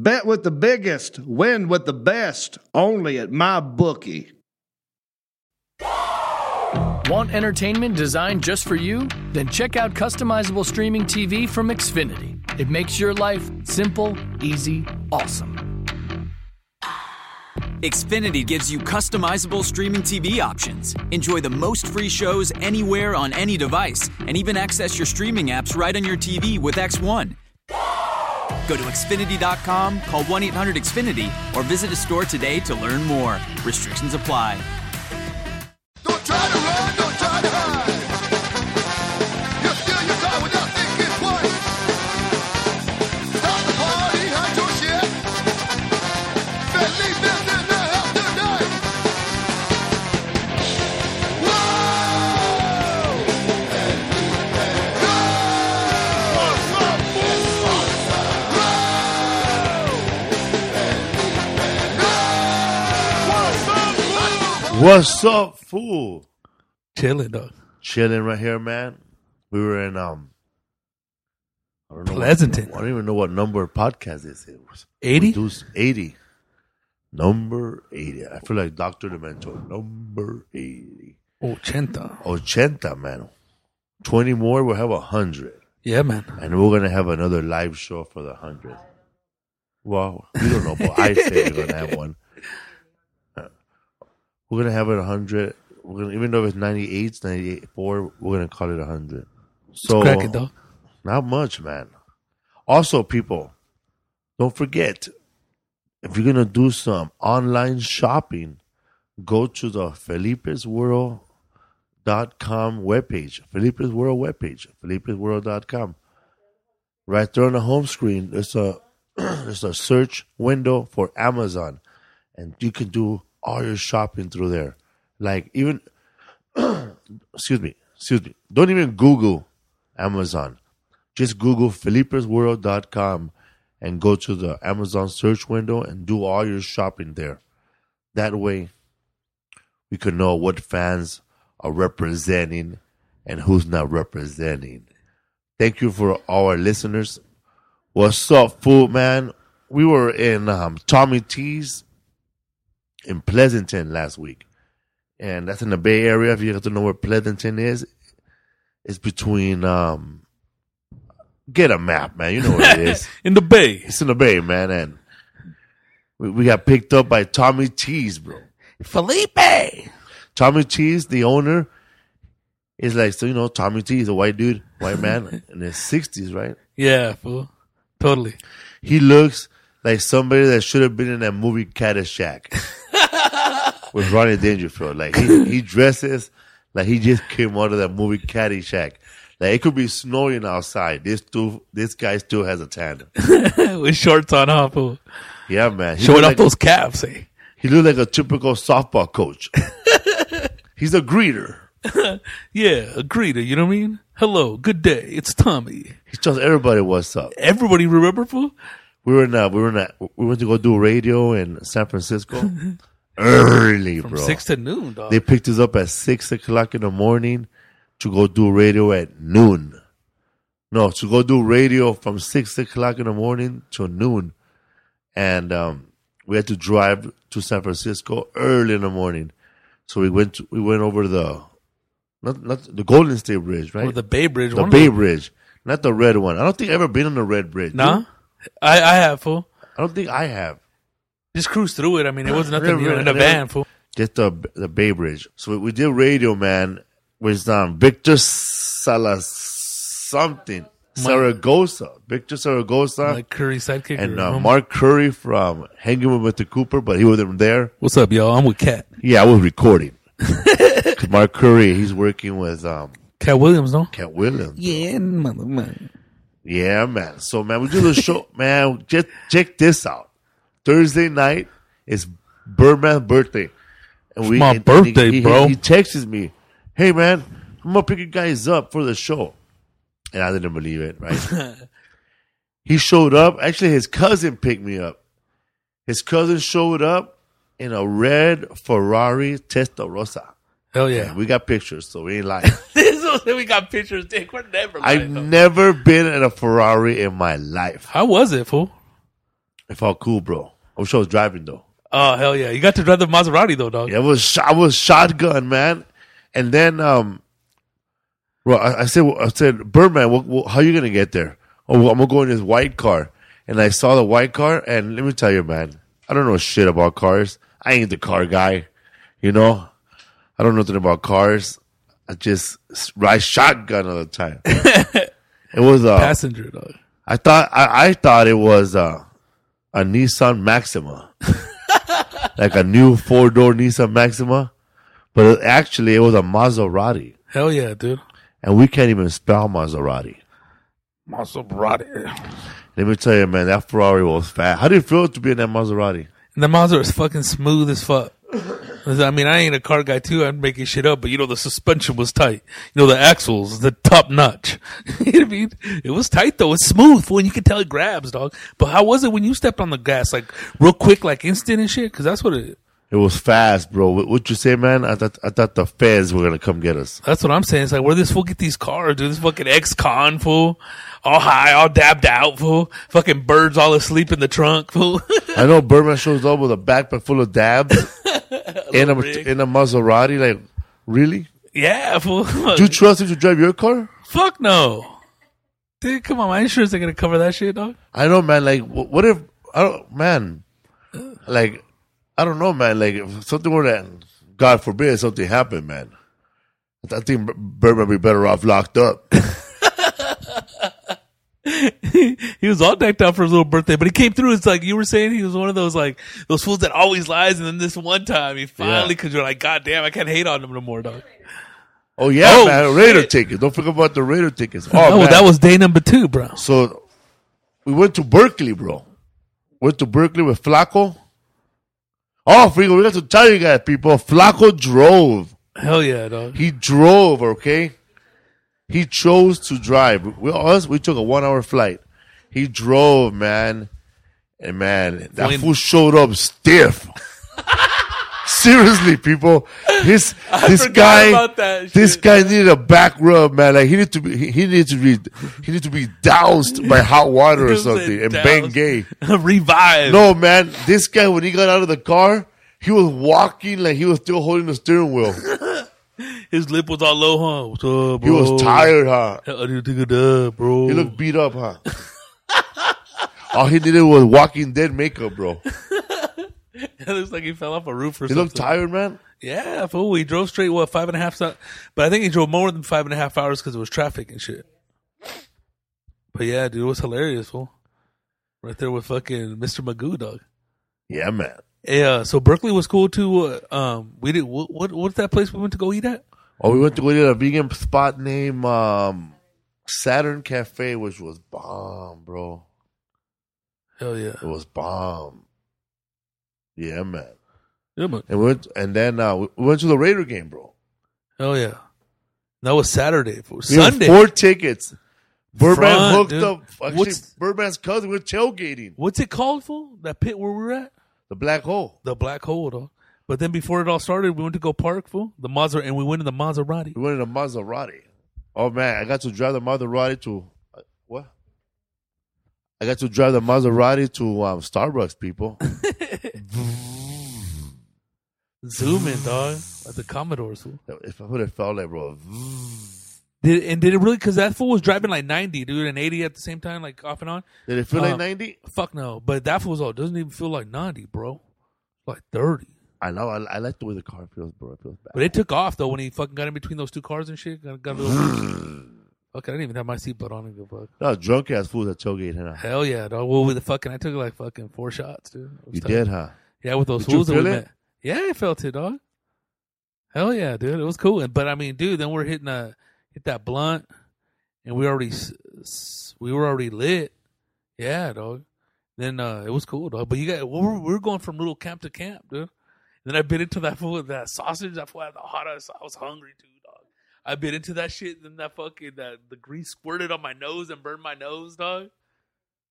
Bet with the biggest, win with the best, only at my bookie. Want entertainment designed just for you? Then check out customizable streaming TV from Xfinity. It makes your life simple, easy, awesome. Xfinity gives you customizable streaming TV options. Enjoy the most free shows anywhere on any device, and even access your streaming apps right on your TV with X1. Go to Xfinity.com, call 1 800 Xfinity, or visit a store today to learn more. Restrictions apply. Don't try to run, don't try to hide. You steal your time without thinking twice. Stop the party, hide your shit. Believe this in the house tonight. Whoa! What's up, fool? Chilling though. Chilling right here, man. We were in um, I don't know what- Pleasanton. I don't even know what number of podcast this is. It was 80? Deuce eighty, number eighty. I feel like Doctor Demento. Number eighty. Oh, Ochenta. Ochenta, man. Twenty more, we'll have a hundred, Yeah, man. and we're gonna have another live show for the hundredth. Wow, you don't know, but I say we're gonna have one. Uh, We're gonna have it a hundred. We're gonna, even though it's 98, 98, four, we're gonna call it a hundred. So Crack it though. Not much, man. Also, people, don't forget if you're gonna do some online shopping, go to the Felipe's World dot com webpage, Felipe's World webpage, Felipe'sWorld.com. Right there on the home screen, there's a there's a search window for Amazon, and you can do all your shopping through there. Like even, excuse me, excuse me. Don't even Google Amazon. Just Google Felipe'sWorld.com and go to the Amazon search window and do all your shopping there. That way, we can know what fans are representing and who's not representing. Thank you for all our listeners. What's up, food man? We were in um, Tommy T's in Pleasanton last week, and that's in the Bay Area. If you have to know where Pleasanton is, it's between. Um, get a map, man. You know where it is. In the Bay. It's in the Bay, man, and we, we got picked up by Tommy T's, bro. Felipe. Tommy Cheese, the owner, is like, so you know, Tommy T is a white dude, white man in his sixties, right? Yeah, fool. Totally. He looks like somebody that should have been in that movie Caddyshack with Ronnie Dangerfield. Like he, he dresses like he just came out of that movie Caddyshack. Like it could be snowing outside. This dude, this guy still has a tan. With shorts on, huh, fool? Yeah, man. He Showing looked off like- those calves, eh? He looked like a typical softball coach. He's a greeter. Yeah, a greeter, you know what I mean? Hello, good day, it's Tommy. He tells everybody what's up. Everybody remember, fool? uh, we were in a, we were in a, we went to go do radio in San Francisco, early, From bro. six to noon, dog. They picked us up at six o'clock in the morning to go do radio at noon. No, to go do radio from six o'clock in the morning to noon, and um, we had to drive to San Francisco early in the morning. So we went to, we went over the not not the Golden State Bridge, right? Or the Bay Bridge. the one Bay of Bridge, not the red one. I don't think I've ever been on the red bridge. them. Nah, I, I have fool. I don't think I have. Just cruise through it. I mean, it wasn't Never- nothing you know, in a never- van, fool. Just the the Bay Bridge. So we, we did radio, man. With um, Victor Salas something Saragosa, Victor Saragosa, Like Curry sidekick. and or uh, homie. Mark Curry from Hanging with Mr. Cooper, but he wasn't there. What's up, y'all? I'm with Cat. Yeah, I was recording. 'Cause Mark Curry, he's working with um, Cat Williams, no? Cat Williams. Yeah, mother, man. Yeah, man. So man, we do the show, man. Just check this out. Thursday night is Birdman's birthday, and my he- birthday, he- bro. He texts me, "Hey, man, I'm gonna pick you guys up for the show," and I didn't believe it. Right? he showed up. Actually, his cousin picked me up. His cousin showed up in a red Ferrari Testarossa. Hell yeah. We got pictures, so we ain't lying. we got pictures, Dick. We're never I've lying, though. never been in a Ferrari in my life. How was it, fool? It felt cool, bro. I wish I was driving though. Oh, hell yeah. You got to drive the Maserati, though, dog. Yeah, I was sh- I was shotgun, man. And then, um, well, I, I said, I said, Birdman, wha- wha- how you gonna get there? Oh, well, I'm gonna go in this white car. And I saw the white car, and let me tell you, man, I don't know shit about cars. I ain't the car guy, you know. I don't know nothing about cars. I just s- ride shotgun all the time. it was uh, Passenger, dog. I thought I, I thought it was uh, a Nissan Maxima, like a new four door Nissan Maxima, but it- actually it was a Maserati, Hell yeah, dude. and we can't even spell Maserati. Maserati. Let me tell you, man, that Ferrari was fat. How do you feel to be in that Maserati? And the Maserati is fucking smooth as fuck. I mean, I ain't a car guy, too. I'm making shit up, but you know, the suspension was tight. You know, the axles, the top notch. you know what I mean? It was tight, though. It's smooth when you can tell it grabs, dog. But how was it when you stepped on the gas? Like, real quick, like instant and shit? Because that's what it. It was fast, bro. What would you say, man? I thought I thought the feds were gonna come get us. That's what I'm saying. It's like where this fool get these cars, dude? This fucking ex-con fool, all high, all dabbed out fool, fucking birds all asleep in the trunk fool. I know Birdman shows up with a backpack full of dabs in a rig. in a Maserati. Like, really? yeah, fool. Do you trust him to drive your car? Fuck no, dude. Come on, my insurance ain't gonna cover that shit, dog. I know, man. Like, wh- what if I don't, man? Like, I don't know, man. Like, if something were that, God forbid, something happened, man. I th- I think Birdman would be better off locked up. he was all decked out for his little birthday, but he came through. It's like you were saying, he was one of those like those fools that always lies, and then this one time he finally, because you're like, God damn, I can't hate on him no more, dog. Oh yeah, Oh, man. Raider tickets. Don't forget about the Raider tickets. Oh, Oh, man. that was day number two, bro. so. We went to Berkeley, bro. Went to Berkeley with Flacco. Oh, freaking! We got to tell you guys, people. Flacco drove. Hell yeah, dog. He drove, okay? He chose to drive. We us we took a one hour flight. He drove, man. And man, that When- fool showed up stiff. Seriously, people. His this forgot guy about that this shit. guy needed a back rub, man. Like he needed to be he, he needed to be he needed to be doused by hot water or It was a something and douse. bang gay. Revive. No, man, this guy when he got out of the car, he was walking like he was still holding the steering wheel. His lip was all low, huh? What's up, He bro? was tired, huh? Hell, dude, take a dub, bro. He looked beat up, huh? All he needed was Walking Dead makeup, bro. It looks like he fell off a roof or He something. looked tired, man. Yeah, fool. He drove straight, what, five and a half? So- but I think he drove more than five and a half hours because it was traffic and shit. But yeah, dude, it was hilarious, fool. Right there with fucking Mr. Magoo, dog. Yeah, man. Yeah, so Berkeley was cool too. Uh, um, we did what? What what's that place we went to go eat at? Oh, we went to go to a vegan spot named um, Saturn Cafe, which was bomb, bro. Hell yeah, It was bomb. Yeah, man. yeah, man. And we went, and then uh, we we went to the Raider game, bro. hell yeah. That was Saturday, fool. We had Sunday. four tickets. Birdman Front, hooked dude. up. Actually, What's- Birdman's cousin. We We're tailgating what's it called, fool? That pit where we were at? the black hole. The black hole, dog. But then before it all started, we went to go park, fool. The Maser- and we went in the Maserati. We went in a Maserati. Oh man, I got to drive the Maserati to uh, what? I got to drive the Maserati to um, Starbucks, people. Zoom in, dog. At the Commodore's, fool. if I would have felt like, bro, Did, and did it really? Because that fool was driving like 90, dude, and 80 at the same time, like off and on. did it feel Uh, like ninety? Fuck no. But that fool's all doesn't even feel like 90, bro. Like 30. I know. I, I like the way the car feels, bro. It feels bad. But it took off, though, when he fucking got in between those two cars and shit. Got, got a little. Fuck, I didn't even have my seatbelt on. and Go fuck. No, drunk ass fools at tailgate, huh? Hell yeah, dog. Well, with the fucking, I took like fucking four shots, dude. I was You tired. did, huh? Yeah, with those Did you fools that we feel it? met. Yeah, I felt it, dog. Hell yeah, dude. It was cool. And- But I mean, dude, then we're hitting a hit that blunt, and we already s- s- we were already lit. Yeah, dog. Then uh, it was cool, dog. But you got we were, we were going from little camp to camp, dude. then I bit into that fool with that sausage. That fool had the hottest. I was hungry too, dog. I bit into that shit. Then that fucking that the grease squirted on my nose and burned my nose, dog. It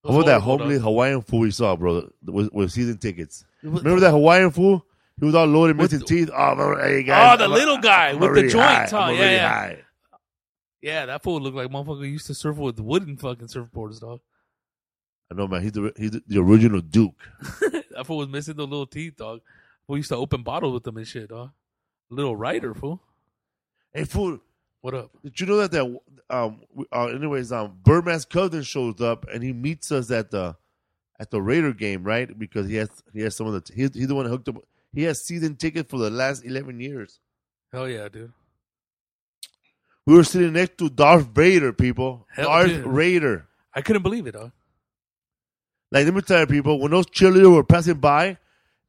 was What about that horrible, homely dog. Hawaiian fool we saw, bro, with, with season tickets? was- Remember that Hawaiian fool? He was all loaded, With missing the- teeth. Oh, remember- hey guys, the little guy with the already high. joints, huh? I'm Yeah, already yeah. high. Yeah, that fool looked like motherfucker used to surf with wooden fucking surfboards, dog. I know, man. He's the he's the original Duke. that fool was missing the little teeth, dog. We used to open bottles with them and shit, dog. Little writer, fool. Hey, fool. What up? Did you know that that um we- uh, anyways um Birdman's cousin shows up and he meets us at the at the Raider game right because he has he has some of the he's, he's the one who hooked up he has season tickets for the last eleven years. Hell yeah, dude. We were sitting next to Darth Vader, people. Hell, Darth dude. Raider. I couldn't believe it, dog. Like let me tell you, people, when those cheerleaders were passing by,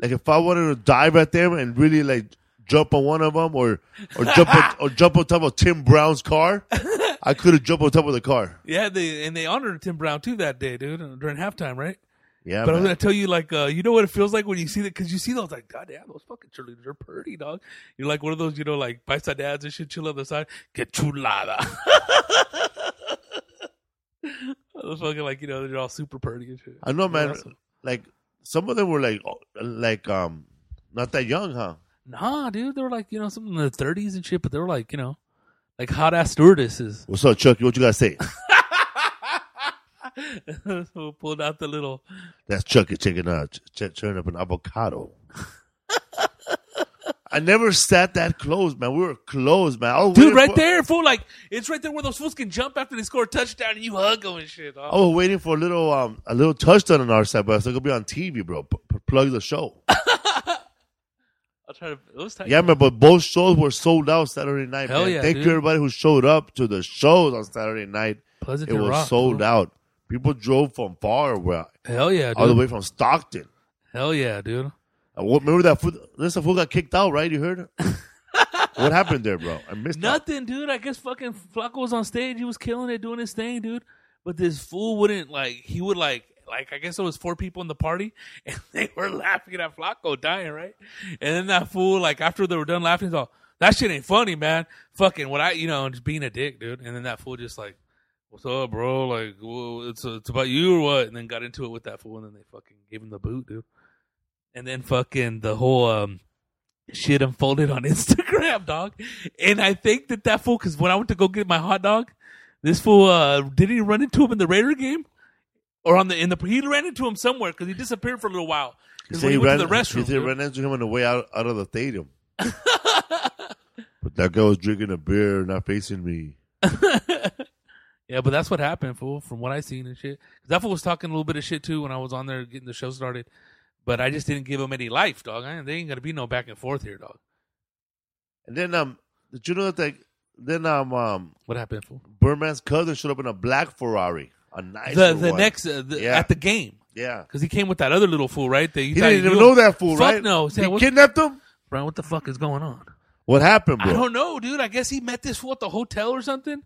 like if I wanted to dive at them and really like jump on one of them or or jump on, or jump on top of Tim Brown's car, I could have jumped on top of the car. Yeah, they and they honored Tim Brown too that day, dude, during halftime, right? Yeah, But I'm man. gonna tell you, like, uh, you know what it feels like when you see that, because you see those, like, God damn, those fucking cheerleaders are pretty, dog. You're like one of those, you know, like paisa dads and shit, chill on the side, get chulada. the fucking, like, you know, they're all super pretty and shit. I know, man. awesome. Like some of them were like, oh, like um, not that young, huh? Nah, dude, they were like, you know, something in the 30s and shit, but they were like, you know, like hot ass stewardesses. What's up, Chucky? What you gotta say? so pulled out the little That's Chucky checking out, ch- churning up an avocado. I never sat that close, man. We were close, man. I was dude waiting right for- there, fool. Like it's right there where those fools can jump after they score a touchdown and you hug them and shit. I dog. was waiting for a little, um, a little touchdown on our side, but it's not gonna be on TV, bro. P- p- plug the show. I'll try to. It was tight. yeah, man. But both shows were sold out Saturday night. Hell man. yeah, Thank dude. you everybody who showed up to the shows on Saturday night. Pleasant It to was rock, sold fool. out. People drove from far, away, Hell yeah, all the dude. way from Stockton. Hell yeah, dude. Uh, what- Remember that fool? Listen, fool got kicked out, right? You heard? what happened there, bro? I missed that. Nothing, dude. I guess fucking Flacco was on stage. He was killing it, doing his thing, dude. But this fool wouldn't like. He would like, like I guess there was four people in the party, and they were laughing at Flacco dying, right? And then that fool, like after they were done laughing, he's all, "That shit ain't funny, man. Fucking what I, you know, just being a dick, dude." And then that fool just like, "What's up, bro? Like, whoa, it's it's about you or what?" And then got into it with that fool, and then they fucking gave him the boot, dude. And then fucking the whole um shit unfolded on Instagram, dog. And I think that that fool, because when I went to go get my hot dog, this fool uh, did he run into him in the Raider game or on the in the he ran into him somewhere because he disappeared for a little while. 'Cause when he, went to the restroom, He said he dude. ran into him on the way out, out of the stadium. but that guy was drinking a beer, not facing me. Yeah, but that's what happened, fool. From what I seen and shit, 'Cause that fool was talking a little bit of shit too when I was on there getting the show started. But I just didn't give him any life, dog. I, there ain't gonna be no back and forth here, dog. And then um, did you know that? They, then um, um, What happened, fool? Birdman's cousin showed up in a black Ferrari, a nice. The the Ferrari. next uh, the, Yeah. at the game yeah. because he came with that other little fool, right? That you He thought didn't even knew know him. that fool, Fuck right? No, Say, he what, kidnapped him. Brian, what the fuck is going on? What happened, bro? I don't know, dude. I guess he met this fool at the hotel or something.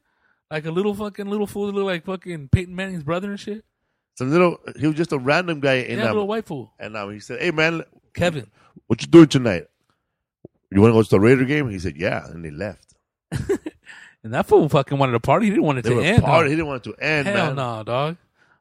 Like a little fucking little fool that looked like fucking Peyton Manning's brother and shit. Some little. He was just a random guy, and yeah, little um, white fool. and um, he said, "Hey, man, Kevin. what you doing tonight? You want to go to the Raider game?" He said, "Yeah," and he left. And that fool fucking wanted a party. He didn't want it They to were end. partying. He dog. didn't want it to end, Hell man. no, dog.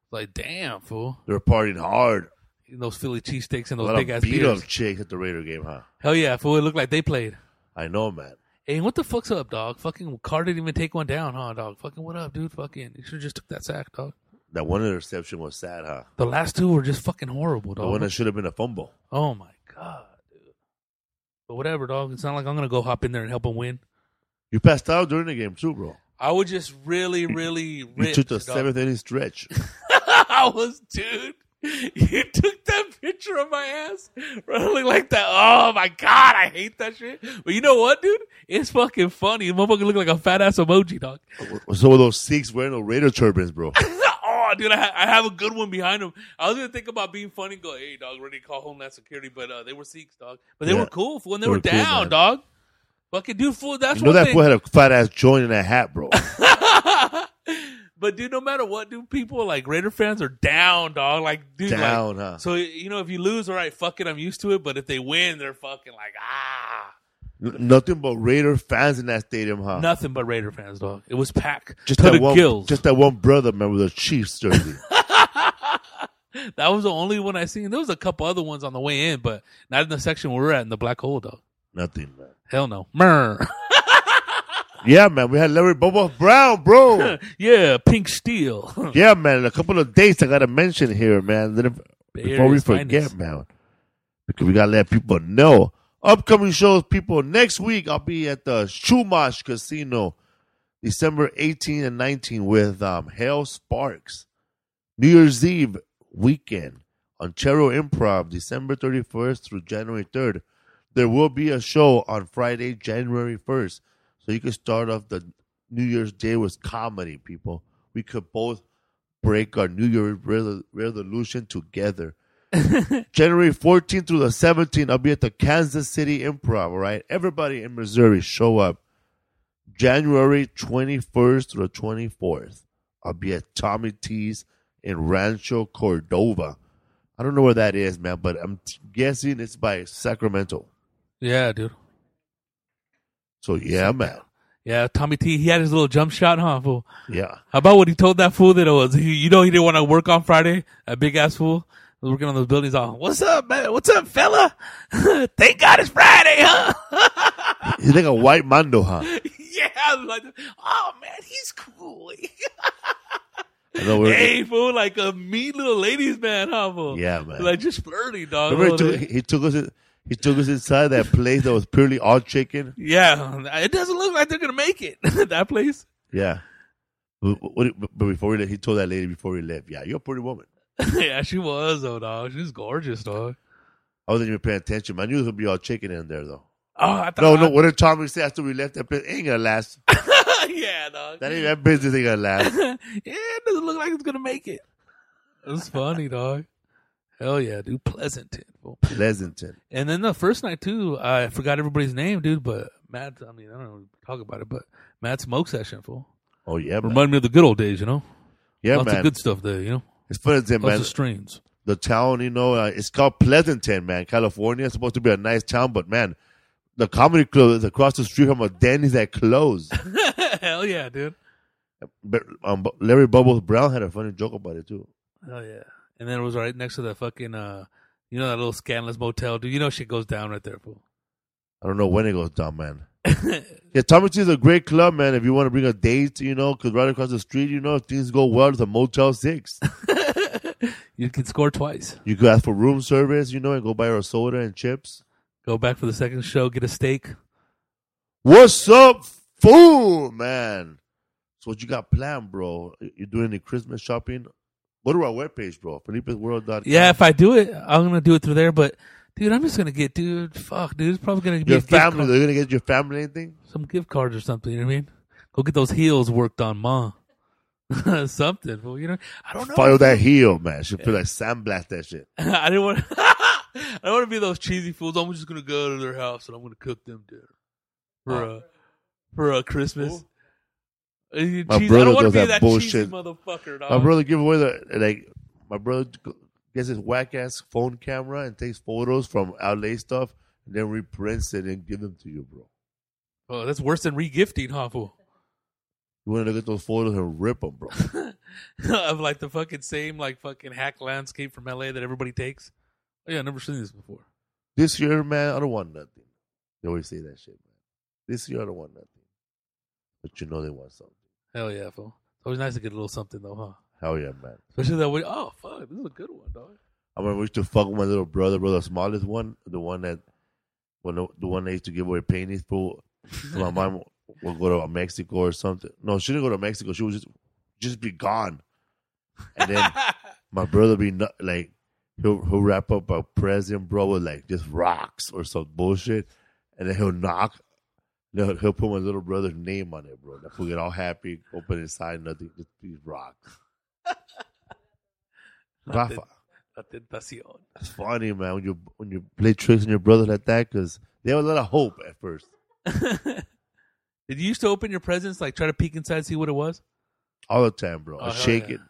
Like, damn, fool. They were partying hard. in those Philly cheesesteaks and A those lot big of ass beat beers. up chicks at the Raider game, huh? Hell yeah, if it would look like they played. I know, man. Hey, what the fuck's up, dog? Fucking Carr didn't even take one down, huh, dog? Fucking what up, dude? Fucking you should have just took that sack, dog. That one interception was sad, huh? The last two were just fucking horrible, The dog. one that should have been a fumble. oh my god, dude. But whatever, dog. It's not like I'm gonna go hop in there and help him win. You passed out during the game too, bro. I was just really, really You rich. took the dog. seventh inning stretch. I was, dude. You took that picture of my ass, really like that. Oh my god, I hate that shit. But you know what, dude? It's fucking funny. The motherfucker look like a fat ass emoji, dog. so were those six wearing the Raider turbans, bro. oh, dude, I, ha- I have a good one behind him. I was gonna think about being funny, and go, hey, dog, ready to call Homeland Security, but uh, they were Sikhs, dog. But they Yeah. were cool fool, when they, They were, were cool, down, man. dog. Fucking dude, fool. That's You know one that thing. fool had a fat ass joint in that hat, bro. but dude, no matter what, dude, people like Raider fans are down, dog. Like, dude, Down, like, huh? So you know, if you lose, all right, fuck it, I'm used to it. But if they win, they're fucking like ah, N- Nothing but Raider fans in that stadium, huh? nothing but Raider fans, dog. It was packed just to that the one, gills. just that one brother, man, with a Chiefs jersey. that was the only one I seen. There was a couple other ones on the way in, but not in the section we were at in the black hole, dog. Nothing, man. Hell no, Myrrh. Yeah, man, we had Larry Bobo Brown, bro. yeah, pink steel. yeah, man, a couple of dates I gotta mention here, man. Then if- Bay before we Area's forget, finest. man, because we gotta let people know. Upcoming shows, people. Next week, I'll be at the Chumash Casino, December 18 and 19, with um, Hale Sparks. New Year's Eve weekend, Ontario Improv, December 31st through January 3rd. There will be a show on Friday, January 1st. So you can start off the New Year's Day with comedy, people. We could both break our New Year's re- resolution together. January 14th through the 17th, I'll be at the Kansas City Improv, all right? Everybody in Missouri, show up. January 21st through the 24th, I'll be at Tommy T's in Rancho Cordova. I don't know where that is, man, but I'm t- guessing it's by Sacramento. Yeah, dude. So, yeah, man. Yeah, Tommy T. He had his little jump shot, huh? Fool. Yeah. How about what he told that fool that it was? He, you know, he didn't want to work on Friday. That big ass fool was working on those buildings. All, what's up, man? What's up, fella? Thank God it's Friday, huh? He's like a white Mando, huh? yeah, I'm like, oh man, he's cool. I know we're- hey, fool, like a mean little ladies man, huh? Fool? Yeah, man. Like just flirty, dog. Remember he Little- took, he took us. in- He took us inside that place that was purely all chicken. yeah, it doesn't look like they're gonna make it. that place. Yeah. But, but- but before we left, he told that lady before we left, "Yeah, you're a pretty woman." yeah, she was though, dog. She was gorgeous, dog. I wasn't even paying attention. Man. I knew there would be all chicken in there, though. Oh, I thought No, no. What did Tommy say after we left that place? Ain't gonna last. yeah, dog. That ain't that business. Ain't gonna last. yeah, it doesn't look like it's gonna make it. It's funny, dog. Hell yeah, dude. Pleasanton. fool. Pleasanton. And then the first night too, I forgot everybody's name, dude. But Matt, I mean, I don't know, talk about it, but Matt Smoke Session, fool. Oh yeah, man. Remind me of the good old days, you know. yeah, Lots man. of good stuff there, you know. It's Pleasanton, Lots man. of strains. the town, you know, uh, it's called Pleasanton, man. California It's supposed to be a nice town, but man, the comedy club is across the street from a Denny's that closed. Hell yeah, dude. But, um, but Larry Bubbles Brown had a funny joke about it too. Hell yeah. And then it was right next to that fucking, uh, you know, that little scandalous motel, dude. You know, shit goes down right there, fool. I don't know when it goes down, man. yeah, Tommy T is a great club, man. If you want to bring a date, you know, because right across the street, you know, if things go well, it's a Motel 6. you can score twice. you could ask for room service, you know, and go buy her a soda and chips. Go back for the second show, get a steak. What's up, fool, man? So what you got planned, bro? You doing any Christmas shopping? Go to our webpage, bro. Felipe'sWorld.com. Yeah, if I do it, I'm gonna do it through there. But dude, I'm just gonna get dude. Fuck, dude, it's probably gonna be Your a gift family, card- they're going to get your family anything? some gift cards or something. You know what I mean? Go get those heels worked on, ma. something. Well, you know, I don't know. Follow that heel, man. She feel like sandblast that shit. I didn't want. I don't want to be those cheesy fools. I'm just gonna go to their house and I'm gonna cook them dinner for uh, for uh, Christmas. Uh, you My cheese- I brother don't want does to be that that cheesy bullshit. motherfucker. Dog. My brother give away the like. My brother gets his whack ass phone camera and takes photos from outlay stuff, and then reprints it and give them to you, bro. Oh, that's worse than regifting, huh, fool? You want to look at those photos and rip them, bro. of like the fucking same like fucking hack landscape from LA that everybody takes. Oh, Yeah, I've never seen this before. This year, man, I don't want nothing. They always say that shit, man. This year, I don't want nothing. But you know they want something. Hell yeah, fool. It's always nice to get a little something though, huh? Hell yeah, man. Especially that way. Oh fuck, this is a good one, dog. I remember we used to fuck with my little brother, bro, the smallest one, the one that, when the, the one that used to give away paintings, bro. my mom would go to Mexico or something. No, she didn't go to Mexico. She would just, just be gone. And then my brother be nu- like, he'll, he'll wrap up a present, bro, with like just rocks or some bullshit. And then he'll knock. He'll, he'll put my little brother's name on it, bro. That fool get all happy, open inside, nothing, just these rocks. Rafa. La tentación. It's funny, man, when you when you play tricks on your brother like that, because they have a lot of hope at first. Did you used to open your presents, like try to peek inside, see what it was? All the time, bro. I Oh, hell shake yeah. it.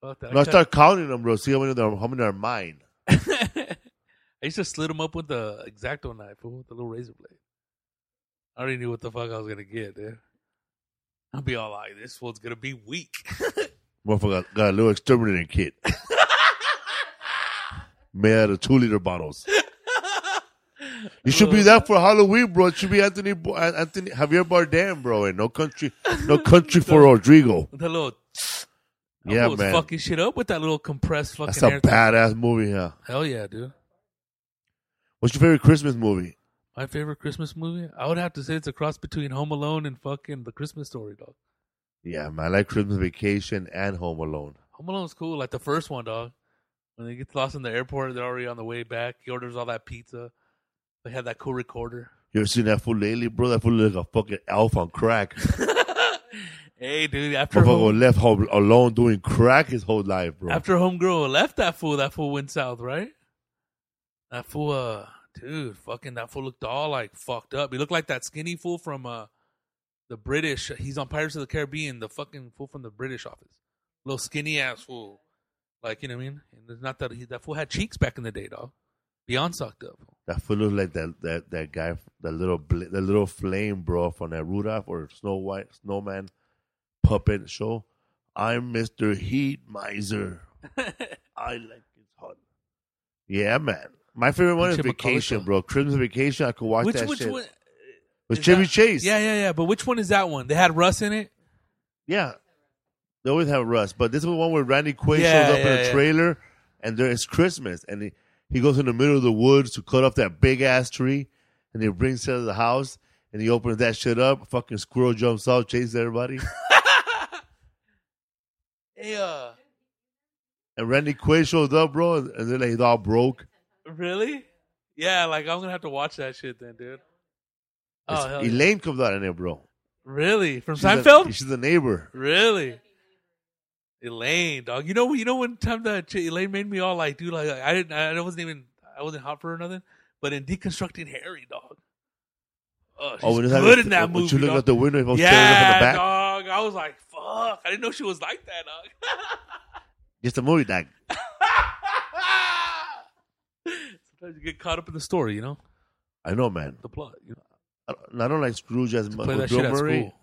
Fuck that. And I tried- start counting them, bro. See how many of them, how many are mine. I used to slit them up with the exacto knife, fool, with the little razor blade. I already knew what the fuck I was gonna get, dude. I'll be all like, this one's gonna be weak. Motherfucker got, got a little exterminating kit. Made out of two liter bottles. You should be that for Halloween, bro. It should be Anthony, Bo- An- Anthony Javier Bardem, bro, and no country, no country for Rodrigo. the little I Yeah, was man, fucking shit up with that little compressed fucking. that's a hair thing. badass movie, huh? Hell yeah, dude. What's your favorite Christmas movie? My favorite Christmas movie? I would have to say it's a cross between Home Alone and fucking The Christmas Story, dog. Yeah, man, I like Christmas Vacation and Home Alone. Home Alone's cool, like the first one, dog. When they get lost in the airport, they're already on the way back. He orders all that pizza. They have that cool recorder. You ever seen that fool lately, bro? That fool look like a fucking elf on crack. Hey, dude, after Motherfucker home, left home alone doing crack his whole life, bro. after Homegirl left that fool, that fool went south, right? That fool, uh, dude, fucking that fool looked all like fucked up. He looked like that skinny fool from uh the British. He's on Pirates of the Caribbean, the fucking fool from the British office. Little skinny ass fool, like you know what I mean. And it's not that he, that fool had cheeks back in the day, dog. Beyond sucked up. that fool looked like that that that guy, that little bl- that little flame, bro, from that Rudolph or Snow White Snowman puppet show. I'm Mister Heat Miser. I like it hot. Yeah, man. My favorite one is Picture Macaulay Vacation, Culkin. bro. Christmas Vacation. I could watch which that which shit. one? With is Chevy that- Chase. Yeah, yeah, yeah. But which one is that one? They had Russ in it. Yeah. They always have Russ, but this is the one where Randy Quaid Yeah, shows up in yeah, a yeah. trailer and there it's Christmas and he, he goes in the middle of the woods to cut off that big ass tree and he brings it to the house and he opens that shit up. Fucking squirrel jumps out, chases everybody. Yeah. and Randy Quaid shows up, bro, and then like, he's all broke. Really? Yeah, like I'm gonna have to watch that shit then, dude. Oh, It's- hell yeah. Elaine comes out in there, bro. really? From She's a- Seinfeld? she's a neighbor. really? Elaine, dog. You know, you know when time that ch- Elaine made me all like, dude, like I didn't, I wasn't even, I wasn't hot for her or nothing. But in deconstructing Harry, dog. Oh, she's when it's good happening- in that when movie. you look dog. out the window, if I'm staring up in the yeah, back. dog. I was like, fuck. I didn't know she was like that, dog. Just a movie, dog. Sometimes you get caught up in the story, you know, I know, man. the plot. You know? I don't, I don't like Scrooge as much. Play but that Bill shit at Murray, school.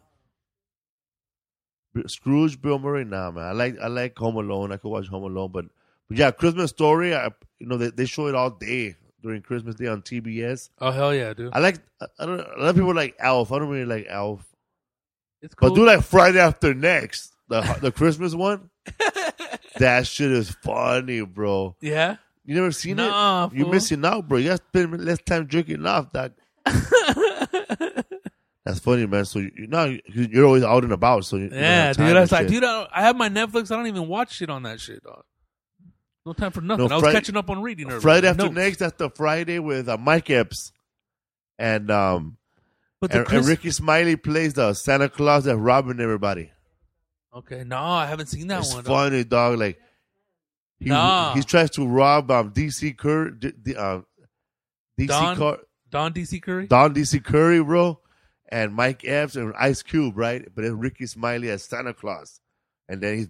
B- Scrooge, Bill Murray, nah, man. I like I like Home Alone. I could watch Home Alone, but, but yeah, Christmas Story. I you know they, they show it all day during Christmas Day on TBS. Oh hell yeah, dude! I like I I don't a lot of people like Elf. I don't really like Elf, It's cool. but do like Friday After Next, the the Christmas one. that shit is funny, bro. yeah, You never seen Nah, it? You fool. missing out, bro. You gotta spend less time drinking off, dog. That's funny, man. So you, you know you're always out and about, so you, you don't yeah, have time dude. I was and like, shit. dude, I, don't, I have my Netflix. I don't even watch shit on that shit, dog. No time for nothing. No, I was Fri- catching up on reading. earlier. Friday after Notes. next, that's the Friday with uh, Mike Epps, and um, but the and, Chris- and Ricky Smiley plays the Santa Claus that's robbing everybody. Okay, no, I haven't seen that it's one. dog. funny, dog. Like he Nah. he tries to rob um DC Curry, D, D- um, DC Don- Cur- Don DC Curry. Don DC Curry, bro, and Mike Epps and Ice Cube, right? But then Ricky Smiley as Santa Claus, and then he's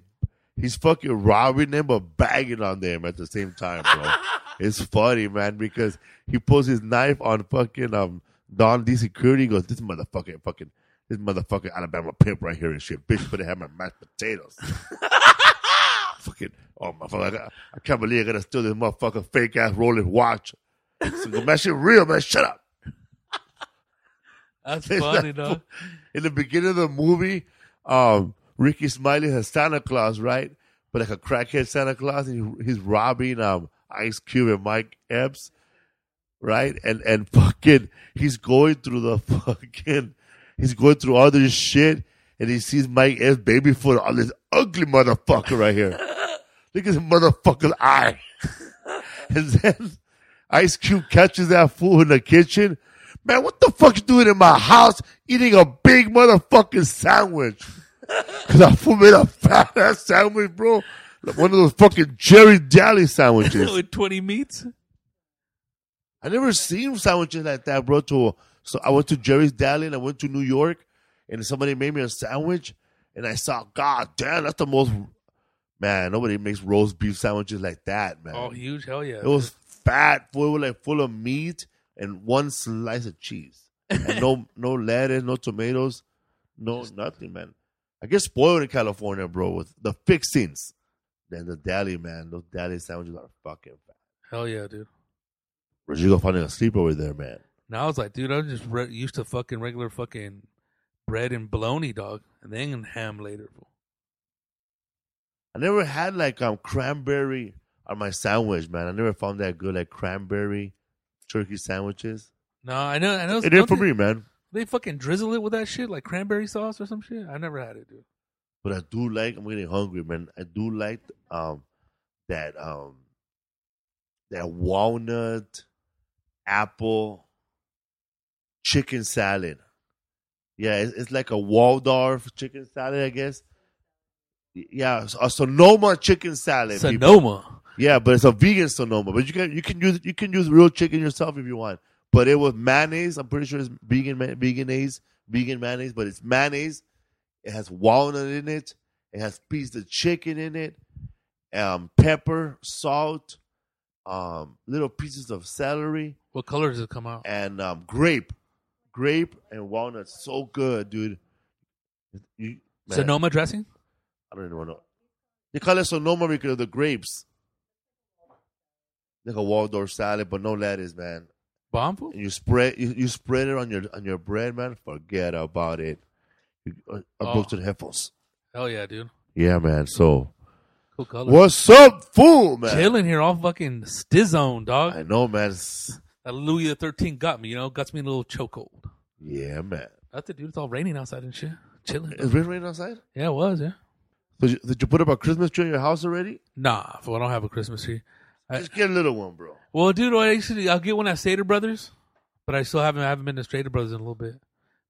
he's fucking robbing them but bagging on them at the same time, bro. it's funny, man, because he pulls his knife on fucking um Don DC Curry. He goes, "This motherfucker, fucking." This motherfucking Alabama pimp right here and shit, bitch, put it have my mashed potatoes. fucking, oh my fuck, I, got- I can't believe I gotta steal this motherfucker fake ass rolling watch. So, man, shit real, man. Shut up. That's It's funny, like- dog. In the beginning of the movie, um, Ricky Smiley has Santa Claus, right? But like a crackhead Santa Claus, and he- he's robbing um Ice Cube and Mike Epps, right? And and fucking, he's going through the fucking, he's going through all this shit, and he sees Mike Epps baby foot on this ugly motherfucker right here. Look at this motherfucker's eye. and then Ice Cube catches that fool in the kitchen. Man, what the fuck you doing in my house eating a big motherfucking sandwich? Cause I fool made a fat ass sandwich, bro. Like one of those fucking Jerry Daly sandwiches. With 20 meats? I never seen sandwiches like that, bro. To so I went to Jerry's Daly and I went to New York and somebody made me a sandwich and I saw, God damn, that's the most man, nobody makes roast beef sandwiches like that, man. Oh, huge. Hell yeah. It was fat, full it was like full of meat and one slice of cheese, and no no lettuce, no tomatoes, no nothing, man. I get spoiled in California, bro, with the fixings. Then the deli, man, those deli sandwiches are fucking fat. Hell yeah, dude. Rodrigo finding a sleep over there, man. Now I was like, dude, I'm just re- used to fucking regular fucking bread and bologna, dog, and then ham later. fool. I never had like um cranberry on my sandwich, man. I never found that good, like cranberry turkey sandwiches. No, I know, I know. It did don't for they, me, man. They fucking drizzle it with that shit, like cranberry sauce or some shit. I never had it, dude. But I do like. I'm getting hungry, man. I do like um that um that walnut apple chicken salad. Yeah, it's, it's like a Waldorf chicken salad, I guess. Y- Yeah, it's a Sonoma chicken salad. people. Sonoma. Yeah, but it's a vegan Sonoma. But you can you can use you can use real chicken yourself if you want. But it was mayonnaise. I'm pretty sure it's vegan ma- veganese, vegan mayonnaise. But it's mayonnaise. It has walnut in it. It has pieces of chicken in it. Um, pepper, salt, um, little pieces of celery, What color does it come out? and um, grape, grape and walnut. So good, dude. You, man, Sonoma dressing? I don't even know. They call it Sonoma because of the grapes. Like a Waldorf salad, but no lettuce, man. Bomb? fool? And you spread you, you spread it on your on your bread, man. Forget about it. You, uh, Oh. oh. to the heifers. Hell yeah, dude. Yeah, man. So Cool color. what's up, fool, man? Chilling here, all fucking stizzone, I dog. know, man. It's- That Louis the Thirteenth got me, you know, got me in a little chokehold. Yeah, man. That's it, dude. It's all raining outside and shit. Chilling. Is it raining outside? Yeah, it was, yeah. Did you, did you put up a Christmas tree in your house already? Nah, fool, I don't have a Christmas tree. I- Just get a little one, bro. Well, dude, I actually I'll get one at Stater Brothers, but I still haven't I haven't been to Stater Brothers in a little bit.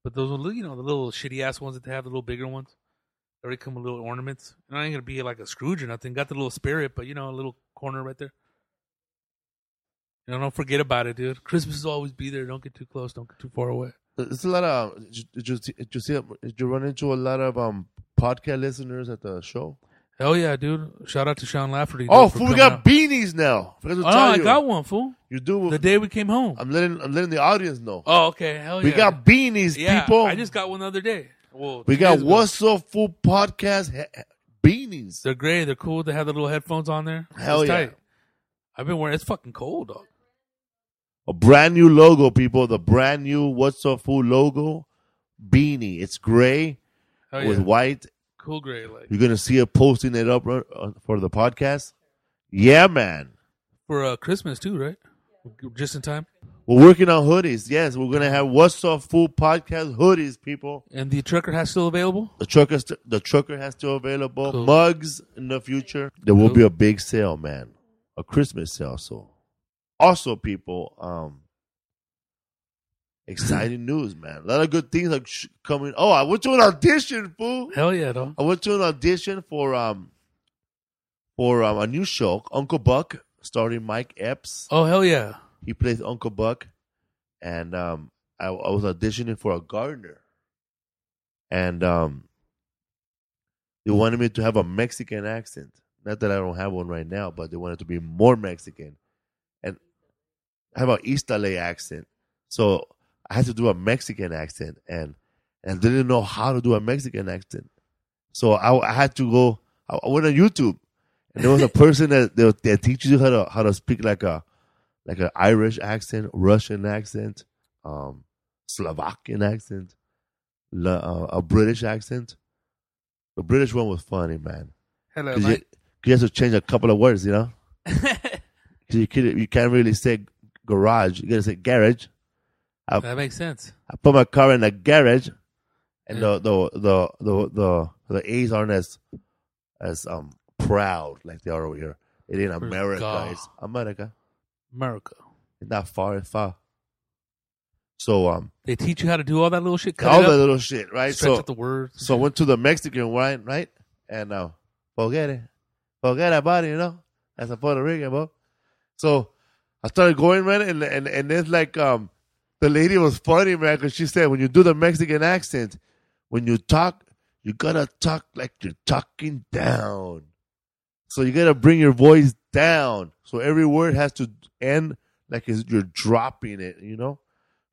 But those little- you know the little shitty ass ones that they have, the little bigger ones, they already come with little ornaments. And I ain't gonna be like a Scrooge or nothing. Got the little spirit, but you know a little corner right there. You know, don't forget about it, dude. Christmas will always be there. Don't get too close. Don't get too far away. It's a lot of. Did you, did you, see- did you see? Did you run into a lot of um podcast listeners at the show? Hell yeah, dude! Shout out to Sean Lafferty. dude, Oh, for fool, we coming got out. beanies now. Forgot to Oh, tell I you. got one, fool. You do. The day we came home. I'm letting I'm letting the audience know. oh, okay. Hell yeah. we got beanies, yeah, people. I just got one the other day. Well, we two got days ago. what's up, fool podcast he- he- beanies. They're great. They're cool. They have the little headphones on there. Hell It's yeah. I've been wearing. It's fucking cold, dog. A brand new logo, people. The brand new what's up, fool logo beanie. It's gray Hell with Oh, yeah. white. Cool gray. Like You're gonna see it posting it up uh, for the podcast. Yeah, man. for uh, Christmas too, right? Just in time. We're working on hoodies. Yes, we're gonna have what's up, fool podcast hoodies, people. And the trucker has still available. The trucker, st- the trucker has still available Cool. mugs in the future. There will Cool. be a big sale, man, a Christmas sale. So, also, people, um, exciting news, man. A lot of good things are sh- coming. Oh, I went to an audition, fool. Hell yeah, dog. I went to an audition for um, for um, a new show, Uncle Buck, starring Mike Epps. Oh hell yeah. He plays Uncle Buck, and um, I, I was auditioning for a gardener, and um, they wanted me to have a Mexican accent. Not that I don't have one right now, but they wanted to be more Mexican, and I have an East LA accent, so I had to do a Mexican accent, and and didn't know how to do a Mexican accent, so I, I had to go. I, I went on YouTube And there was a person that that, that teaches you how to how to speak like a like an Irish accent, Russian accent, um, Slovakian accent, la- uh, a British accent. The British one was funny, man. Hello, 'Cause You, 'cause you have to change a couple of words, you know. 'Cause you can't you can't really say garage. You gotta say garage. That makes sense. I put my car in the garage, and the, the the the the the A's aren't as as um proud like they are over here. It ain't America. God. It's America. America. It's not far. It's far. So um, They teach you how to do all that little shit. Cut all it that up, little shit, right? stretch So out the words. so I went to the Mexican wine, right? And uh, forget it, forget about it, you know. That's a Puerto Rican, bro. So I started going, man, and and and it's like um, the lady was funny, man, because she said when you do the Mexican accent, when you talk, you gotta talk like you're talking down. So you gotta bring your voice down. So every word has to end like it's- you're dropping it, you know.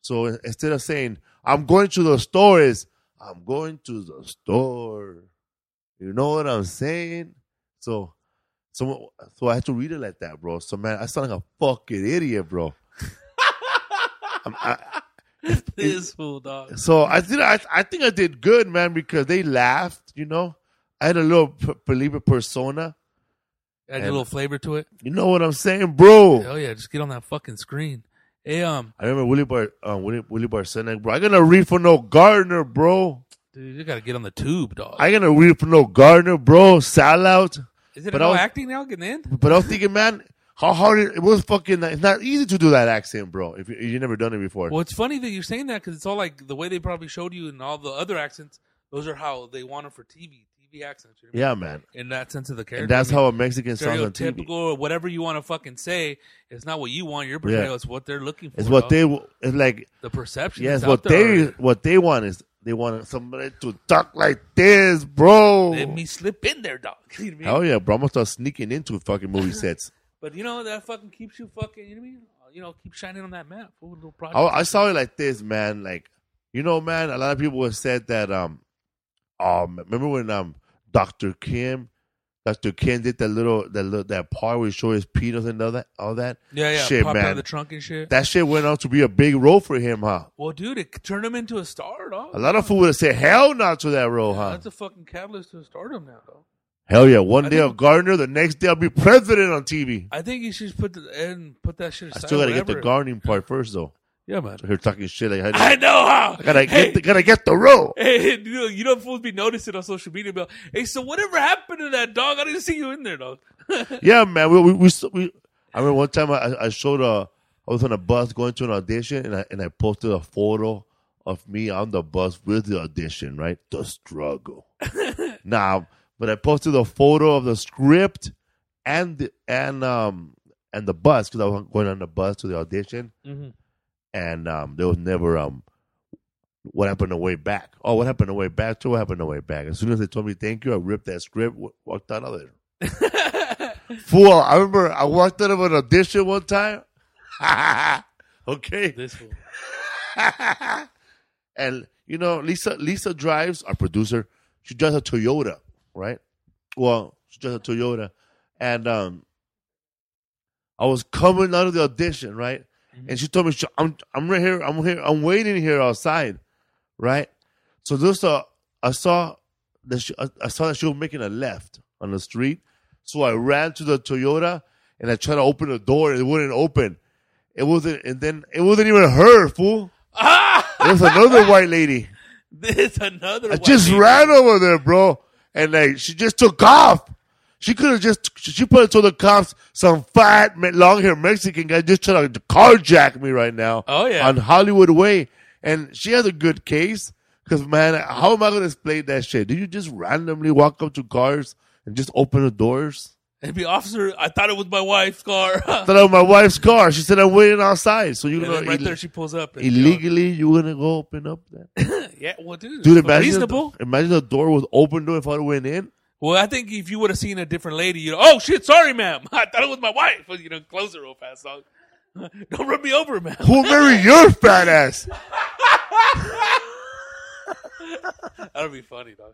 So in- instead of saying "I'm going to the store," is "I'm going to the store." You know what I'm saying? So, so, so I had to read it like that, bro. So man, I sound like a fucking idiot, bro. I'm- I- this fool dog. so I did. I, I think I did good, man, because they laughed. You know, I had a little p- believer persona. Add a little flavor to it. You know what I'm saying, bro? Hell yeah, just get on that fucking screen. Hey, um, I remember Willie Bar, um, Willie, Willie Barcena, bro. I gonna read for no Gardner, bro. dude, you gotta get on the tube, dog. I gonna read for no Gardner, bro. Sal out. Is it but no I was- acting now getting in? But I was thinking, man, how hard it, it was. Fucking, it's not easy to do that accent, bro. If you, you never done it before, Well, it's funny that you're saying that because it's all like the way they probably showed you and all the other accents. Those are how they want them for TV, TV accents. you know? yeah, man. In that sense of the character. And that's I how mean, a Mexican sounds on TV. stereotypical or whatever you want to fucking say. It's not what you want. Your portrayal Yeah. It's what they're looking for. It's what dog. they. w- It's like The perception. yes, is what out there they already. what they want is they want somebody to talk like this, bro. Let me slip in there, dog. You know what I mean? Hell yeah, bro! I'm gonna start sneaking into fucking movie sets. But you know that fucking keeps you fucking. You know what I mean? Uh, You know, keep shining on that map. Ooh, little project. I, Oh, I saw it like this, man. Like, you know, man, a lot of people have said that. Um, um, remember when um Dr. Kim, Dr. Kim did that little that little, that part where he showed his penis and all that, all that. yeah, yeah. shit, popped out man. of the trunk and shit. that shit went on to be a big role for him, huh? well, dude, it turned him into a star, dog. A lot of fool would have said hell no to that role, huh? That's a fucking catalyst to stardom now, though. Hell yeah! One I day think- I'll Gardner, the next day I'll be president on TV. I think you should just put the, and put that shit I aside. still gotta get the whatever. gardening part first though. Yeah, man. Here talking shit like I know how. I gotta hey, get the, gotta get the role. hey, you know, you don't fools be noticing on social media. But, hey, so whatever happened to that dog? I didn't see you in there, dog. Yeah, man. We we, we, we I remember one time I, I showed a I was on a bus going to an audition and I and I posted a photo of me on the bus with the audition, right? The struggle. nah, but I posted a photo of the script and the, and um and the bus because I was going on the bus to the audition Mhm. and um there was never um what happened the way back? Oh, what happened the way back? To what happened the way back? As soon as they told me thank you, I ripped that script, wa- walked out of there. Fool, I remember I walked out of an audition one time. okay. This fool. and you know, Lisa Lisa drives our producer. She drives a Toyota, right? Well, she drives a Toyota, and um, I was coming out of the audition, right? And she told me, she- "I'm I'm right here. I'm here. I'm waiting here outside, right?" So this uh, I saw that she, I- I saw that she was making a left on the street. So I ran to the Toyota and I tried to open the door. It wouldn't open. It wasn't, and then it wasn't even her, fool. It was another white lady. This another. I one, just dude. ran over there, bro, and like she just took off. She could have just she probably told the cops some fat long haired Mexican guy just trying to carjack me right now. Oh, yeah. on Hollywood Way, and she has a good case because man, how am I gonna explain that shit? Do you just randomly walk up to cars and just open the doors? It'd be officer. I thought it was my wife's car. and Thought of my wife's car. She said I'm waiting outside, so you're gonna then right ill- there, she pulls up. And, illegally you're gonna go open up that. yeah, well, dude, Dude, it's imagine reasonable. imagine the door was open to if I went in. Well, I think if you would have seen a different lady, you know, oh shit, sorry, ma'am. I thought it was my wife. Well, You know, close it real fast, dog. Don't run me over, ma'am. Who'll marry your fat ass? That'd be funny, dog.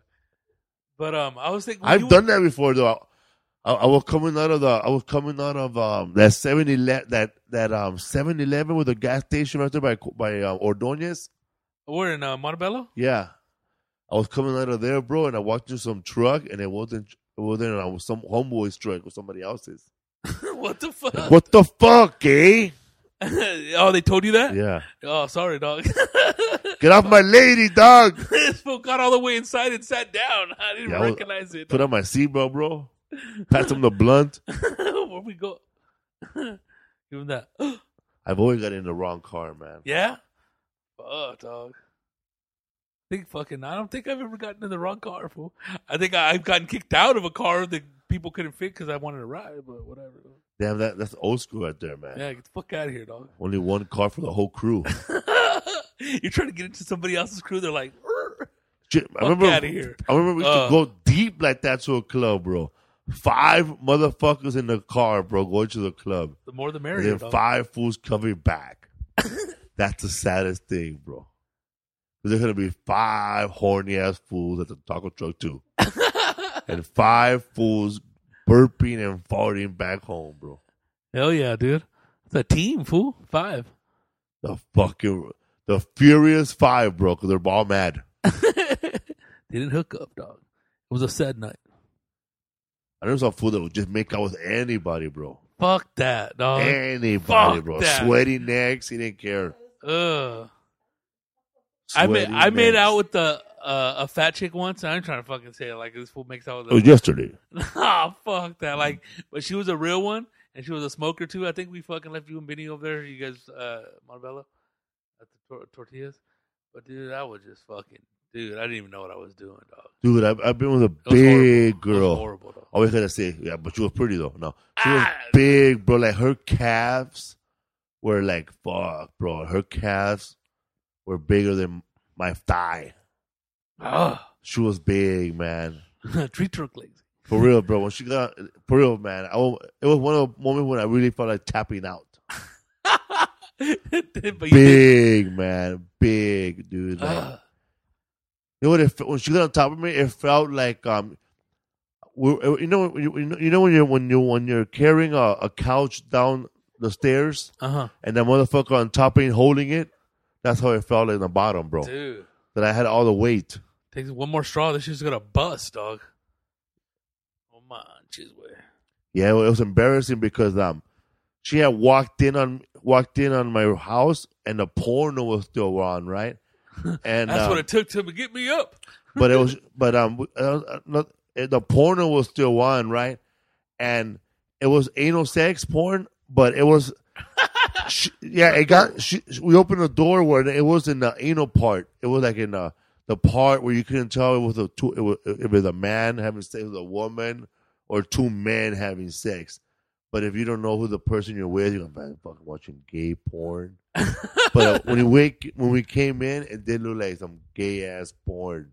But um, I was thinking, I've you- done that before, though. I, I was coming out of the I was coming out of um that seven eleven that that um seven eleven with a gas station right there by by um, Ordonez. We're in uh, Montebello. Yeah, I was coming out of there, bro, and I walked into some truck, and it wasn't it wasn't uh, some homeboy's truck or somebody else's. what the fuck? What the fuck, eh? oh, they told you that? Yeah, Oh, sorry, dog. get off my lady, dog. this fool got all the way inside and sat down. I didn't Yeah, I was- recognize it. Put on my seatbelt, bro. Pass him the blunt. Where we go? Give him that. I've always got in the wrong car, man. yeah. Fuck, dog. I think fucking. I don't think I've ever gotten in the wrong car, fool. I think I, I've gotten kicked out of a car that people couldn't fit because I wanted to ride, but whatever. Damn, that that's old school right there, man. Yeah, get the fuck out of here, dog. Only one car for the whole crew. You're trying to get into somebody else's crew. They're like, "Rrr." Shit, I remember. outta here. I remember we used Uh. to go deep like that to a club, bro. Five motherfuckers in the car, bro, going to the club, the more the and merrier. then Dog. five fools coming back. That's the saddest thing, bro. There's gonna be five horny ass fools at the taco truck too, and five fools burping and farting back home, bro. Hell yeah, dude. It's a team, fool. Five. The fucking the furious five, bro, because they're all mad. they didn't hook up, dog. It was a sad night. I never saw a fool that would just make out with anybody, bro. Fuck that, dog. anybody, Uh, fuck bro. that. Sweaty necks. He didn't care. Ugh. I made Sweaty I made necks. out with the uh, a fat chick once. and I'm trying to fucking say it like this fool makes out It was with. yesterday. A, oh, fuck that. Like, but she was a real one, and she was a smoker too. I think we fucking left you and Benny over there. You guys, uh, Montebello, at the tor- tortillas. But dude, I was just fucking. Dude, I didn't even know what I was doing, dog. Dude, I've, I've been with a It was horrible. big It was girl. horrible, dog. Always gotta say, yeah, but she was pretty though. No, she was Ah. big, bro. Like her calves were like fuck, bro. Her calves were bigger than my thigh. Ah. She was big, man. tree trunk legs. For real, bro. When she got for real, man. I, wa- it was one of the moments when I really felt like tapping out. but you Ah. did- Big man, big dude. like- Ugh. You know what? It, fe- when she got on top of me, it felt like um, we you know when you, you know- you know when you're when you when you're carrying a, a couch down the stairs uh-huh. and that motherfucker on top ain't holding it. That's how it felt in the bottom, bro. Dude, That I had all the weight. takes one more straw. This shit's gonna bust, dog. Oh my, jeez, where? Yeah, it was embarrassing because um, she had walked in on walked in on my house and the porno was still on, right? And That's um, what it took to get me up. but it was but um we- uh, uh, not- uh, the porno was still on right and it was anal sex porn but it was sh yeah it got she, we opened the door where it was in the anal part it was like in the the part where you couldn't tell it was a two it was, it was a man having sex with a woman or two men having sex but if you don't know who the person you're with you're gonna be fucking watching gay porn but uh, when you wake when we came in it did look like some gay ass porn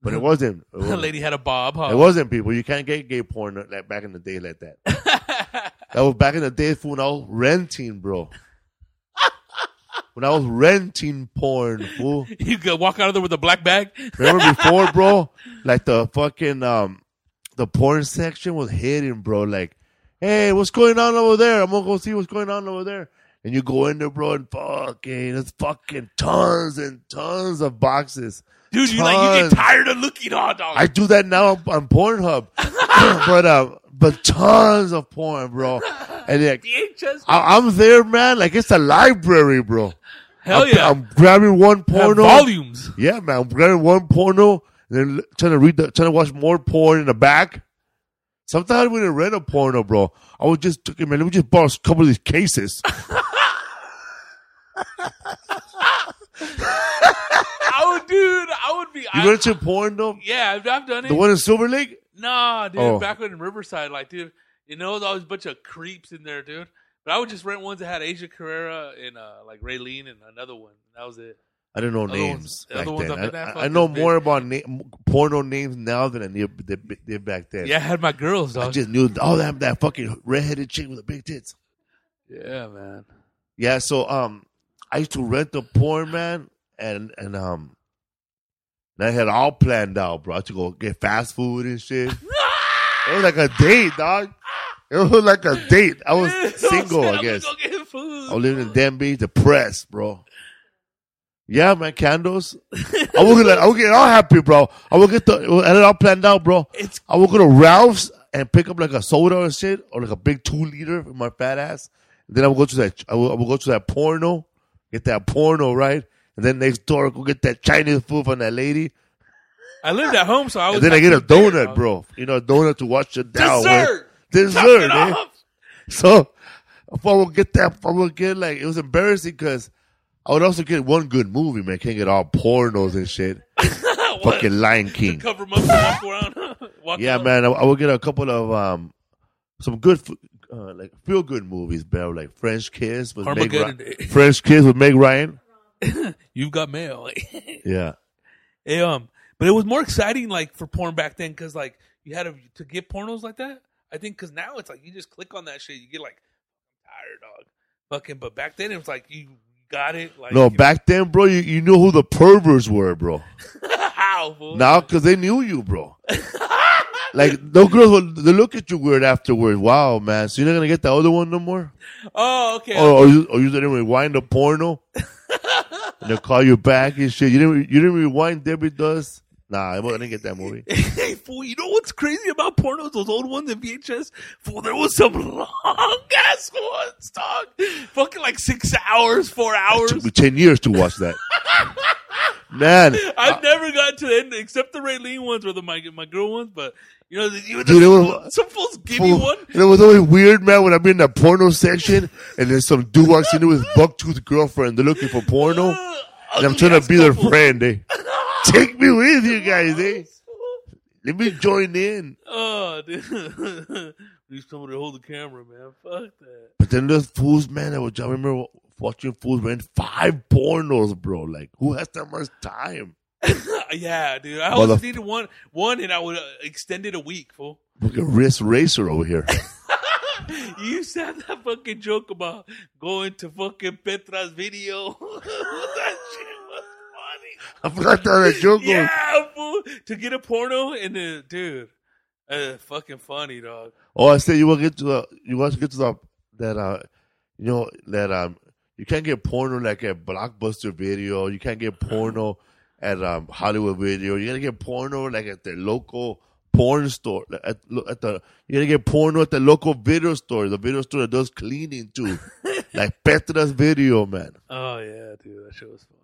but it wasn't. It The wasn't, lady had a bob, huh? it wasn't people. You can't get gay porn like back in the day like that. that was back in the day fool, when I was renting, bro. when I was renting porn, fool. You could walk out of there with a black bag. Remember before, bro? Like the fucking um the porn section was hidden, bro. Like, hey, what's going on over there? I'm gonna go see what's going on over there. And you go in there, bro, and fucking it's fucking tons and tons of boxes. Dude, you like you get Tons. tired of looking, oh dog. I do that now on, on Pornhub, but um, but tons of porn, bro. And like, VHS. I, I'm there, man. Like it's a library, bro. Hell I'm, Oh, yeah. I'm grabbing one Have porno. volumes. Yeah, man. I'm grabbing one porno and then l- trying to read, the, trying to watch more porn in the back. Sometimes when I rent a porno, bro, I would just took man. Let me just borrow a couple of these cases. Oh dude, I would be You I, rent your porn though, Yeah, I've, I've done it. the one in Silver Lake. Nah, dude, Oh. back in Riverside, like, dude, you know, there's always a bunch of creeps in there, dude. But I would just rent ones that had Asia Carrera and uh, like Raylene and another one. That was it. I didn't know Other names ones- other back ones up in then. that I- I, I know fucking more about na- porno names now than I knew did, did back then. Yeah, I had my girls, I dog. just knew oh that that fucking redheaded chick with the big tits. yeah, man. Yeah, so um I used to rent the porn man and and um and I had it all planned out, bro. I used to go get fast food and shit. It was like a date, dog. It was like a date. I was single, said, I guess. I'm gonna go get food. I was living in Denby, depressed, bro. Yeah, man, candles. I would get, like, I would get all happy, bro. I would get the, I had it all planned out, bro. It's- I would go to Ralph's and pick up like a soda or shit, or like a big two liter for my fat ass. then I would go to that, I would, I would go to that porno, get that porno, right? And then next door, I go get that Chinese food from that lady. I lived at home, so I was. And then I get a there, donut, dog. bro. You know, a donut to watch it down. with. Dessert. Top Dessert, it eh? off. So if I would get that, if I would get like it was embarrassing because I would also get one good movie, man. Can't get all pornos and shit. Fucking Lion King. Cover 'em up and walk around. walk Yeah, around. man. I, I would get a couple of um some good f- uh, like feel good movies, bro. Like French Kiss with Meg Ryan. Armageddon. French Kiss with Meg Ryan. You've got mail. Yeah. Hey, um, but it was more exciting, like for porn back then, because like you had to, to get pornos like that. I think because now it's like you just click on that shit, you get like tired dog, fucking. But back then it was like you got it. Like No, you- back then, bro, you, you knew who the perverts were, bro. how fool? Now, because they knew you, bro. like, those girls, will, they look at you weird afterwards. Wow, man. So you're not going to get the other one no more? Oh, okay. Or, or you, or you didn't rewind the porno. and they'll call you back and shit. You didn't, you didn't rewind Debbie Does. Nah, I didn't get that movie. Hey, fool, you know what's crazy about pornos? Those old ones in VHS? Fool, there was some long ass ones, dog. Fucking like six hours, four hours. took me 10 years to watch that. Man, I've never gotten to the end except the Raylene ones or the my my girl ones, but you know, you Dude, it was- some fools give fool, you one. Oh, and it was always weird, man, when I'm in the porno section and there's some dude walks in there with buck-toothed girlfriend. They're looking for porno. And I'm trying to be their friend, eh? Take me with you guys, eh? Let me join in. Oh, dude. Need somebody to hold the camera, man. Fuck that. But then there's fools, man. I, would, I remember watching fools rent five pornos, bro. Like, who has that much time? yeah, dude. I always Motherf- needed one, one, and I would uh, extend it a week, fool. Fucking wrist racer over here. You used to have that fucking joke about going to fucking Petra's video. that shit was funny. I forgot how that joke goes. Yeah, fool. To get a porno and uh, dude, uh, fucking funny, dog. Oh, I said you will get to the you want to get to the that uh you know that um you can't get porno like at Blockbuster Video. You can't get porno at um Hollywood Video. You gotta get porno like at the local porn store. like, At lo- at the you gotta get porno at the local video store. The video store that does cleaning too, like Petra's Video, man. Oh yeah, dude, that shit was funny.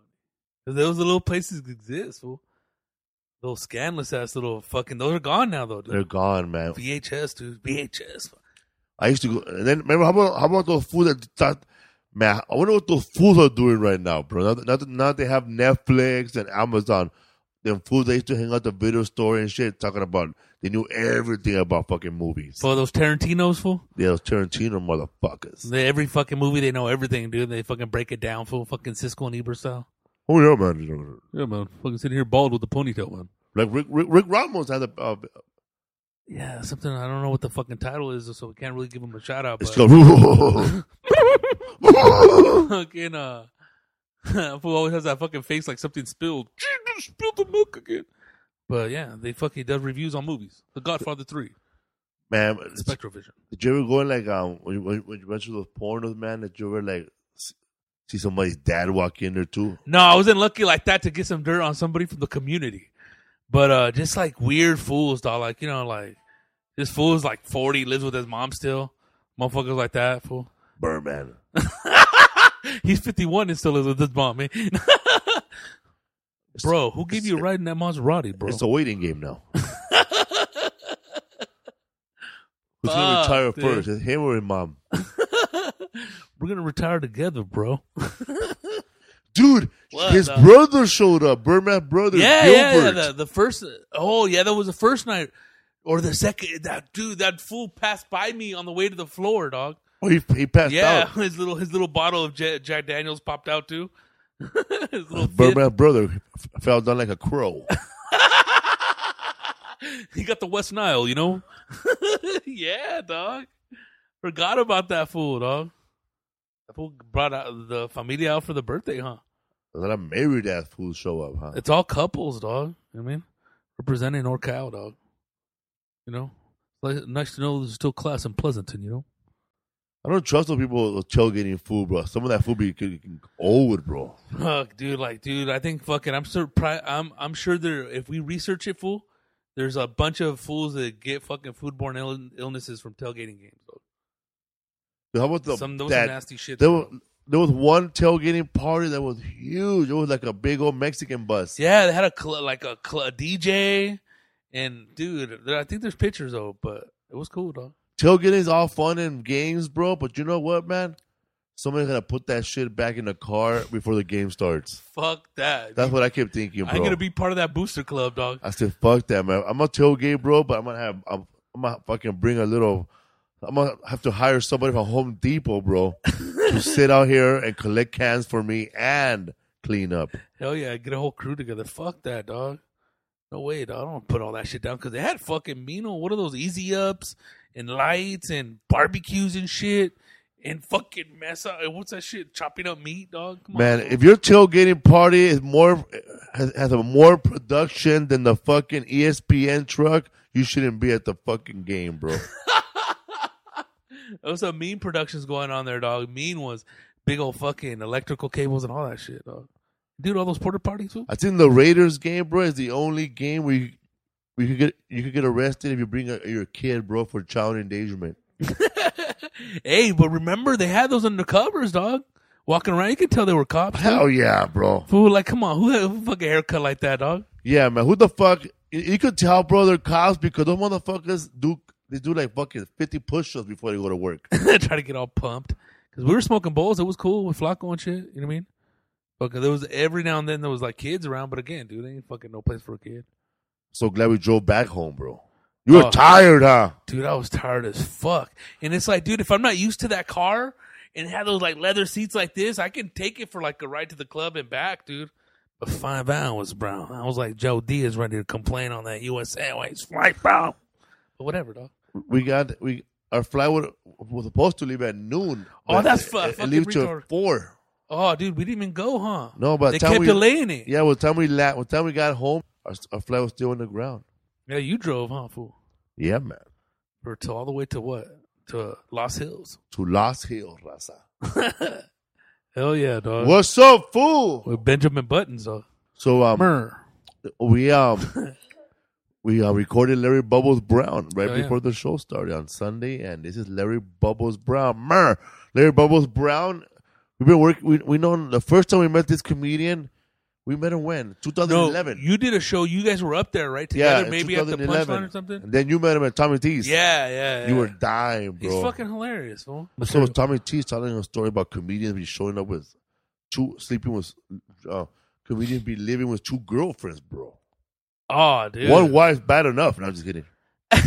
'Cause those little places exist, fool. Those scandalous ass little fucking those are gone now though, They're dude. gone, man. VHS, dude, VHS. I used to go. And then remember how about how about those fools that thought, man? I wonder what those fools are doing right now, bro. Now, that- now, that- now they have Netflix and Amazon. Them fools they used to hang out at the video store and shit, talking about they knew everything about fucking movies. For those Tarantino's, fool. They those Tarantino motherfuckers. They, every fucking movie they know everything, dude. They fucking break it down, fool. Fucking Cisco and Ebert style. Oh yeah, man. Yeah, man. Fucking sitting here bald with a ponytail, man. Like Rick Rick, Rick Ramos had a. Uh, Yeah, something I don't know what the fucking title is, so we can't really give him a shout out. it's But called. fucking uh, fool always has that fucking face like something spilled. spilled the milk again. But yeah, they fucking does reviews on movies. The Godfather Three, man, Spectrovision. did you ever go in like um when you, when you went to those pornos, man? Did you ever like s- see somebody's dad walk in there too? No, I wasn't lucky like that to get some dirt on somebody from the community. But uh just like weird fools, dog. Like, you know, like this fool's like forty, lives with his mom still. Motherfuckers like that, fool. Birdman. He's fifty one and still lives with his mom, man. bro, who gave you a ride in that Maserati, bro? It's a waiting game now. Who's gonna Fuck, retire dude. first? It's him or his mom? We're gonna retire together, bro. Dude, What his the- brother showed up. Birdman's brother, yeah, yeah, yeah. Gilbert. The, the first. Oh, yeah, that was the first night, or the second. That dude, that fool passed by me on the way to the floor, dog. oh, he, he passed Yeah, out. his little his little bottle of Jack, Jack Daniels popped out too. his little Birdman's brother f- fell down like a crow. fit. He got the West Nile, you know. yeah, dog. Forgot about that fool, dog. That fool brought out the familia out for the birthday, huh? A lot of married ass fools show up, huh? It's all couples, dog. You know what I mean, representing NorCal, dog. You know, Ple- Nice to know there's still class in Pleasanton, you know? I don't trust those people with tailgating food, bro. Some of that food be getting old, bro. Fuck, dude, like, dude, I think fucking, I'm surprised. I'm, I'm sure there. If we research it, fool, there's a bunch of fools that get fucking foodborne Ill- illnesses from tailgating games. Though. Dude, How about the Some- those are that, nasty shits, There bro. was, there was one tailgating party that was huge. It was like a big old Mexican bus. Yeah, they had a cl- like a, cl- a DJ, and dude, there, I think there's pictures though, but it was cool, dog. Tailgating is all fun and games, bro. But you know what, man? Somebody's gonna put that shit back in the car before the game starts. Fuck that. That's what I kept thinking, bro. I'm gonna be part of that booster club, dog. I said, "Fuck that, man. I'm a tailgate, bro, but I'm gonna have I'm, I'm gonna fucking bring a little. I'm gonna have to hire somebody from Home Depot, bro, to sit out here and collect cans for me and clean up. Hell yeah, get a whole crew together. Fuck that, dog. No way, dog. I don't want to put all that shit down because they had fucking Mino. What are those easy ups and lights and barbecues and shit and fucking mess up? What's that shit? Chopping up meat, dog. Come Man, on, if your tailgating party is more has, has a more production than the fucking E ESPN truck, you shouldn't be at the fucking game, bro. there was some mean productions going on there, dog. Mean was big old fucking electrical cables and all that shit, dog. Dude, all those porter parties too. I think the Raiders game, bro, is the only game where you, where you could get you could get arrested if you bring a, your kid, bro, for child endangerment. hey, but remember they had those undercovers, dog. Walking around, you could tell they were cops. Hell yeah, bro. Fool, like, come on, who had a fucking haircut like that, dog? Yeah, man. Who the fuck? You, you could tell, bro, they're cops because those motherfuckers do they do like fucking fifty push-ups before they go to work. try to get all pumped because we were smoking bowls. It was cool with Flacco and shit. You know what I mean? Fucking there was every now and then there was like kids around, but again, dude, there ain't fucking no place for a kid. so glad we drove back home, bro. You were Oh. tired, huh? Dude, I was tired as fuck, and it's like, dude, if I'm not used to that car and have those like leather seats like this, I can take it for like a ride to the club and back, dude. But five hours, bro. I was like Joe Diaz ready to complain on that U.S. Airways flight, bro. But whatever, dog. We got we our flight was, was supposed to leave at noon. Oh, but that's it- fu- it, fucking leaves till retard. four. Oh, dude, we didn't even go, huh? No, by the they time kept we- delaying it. Yeah, by the time we la- by the time we got home, our, our flight was still on the ground. yeah, you drove, huh, fool? Yeah, man. or to all the way to what to Los Hills. To Los Hills, Raza. Hell yeah, dog. What's up, fool? With Benjamin Buttons, dog. So um, uh, Mer. we um we uh, recorded Larry Bubbles Brown right Oh, yeah. before the show started on Sunday, and this is Larry Bubbles Brown. Mer, Larry Bubbles Brown. We've been working. We we know the first time we met this comedian, we met him when 2011. you did a show. You guys were up there, right? yeah, Together, in maybe at the 2011. punchline or something. And then you met him at Tommy T's. Yeah, yeah. yeah. you were dying, bro. He's fucking hilarious, fool. So was Tommy T's telling a story about comedians be showing up with two sleeping with uh, comedians be living with two girlfriends, bro. Oh, dude. One wife's bad enough. No, I'm just kidding. No,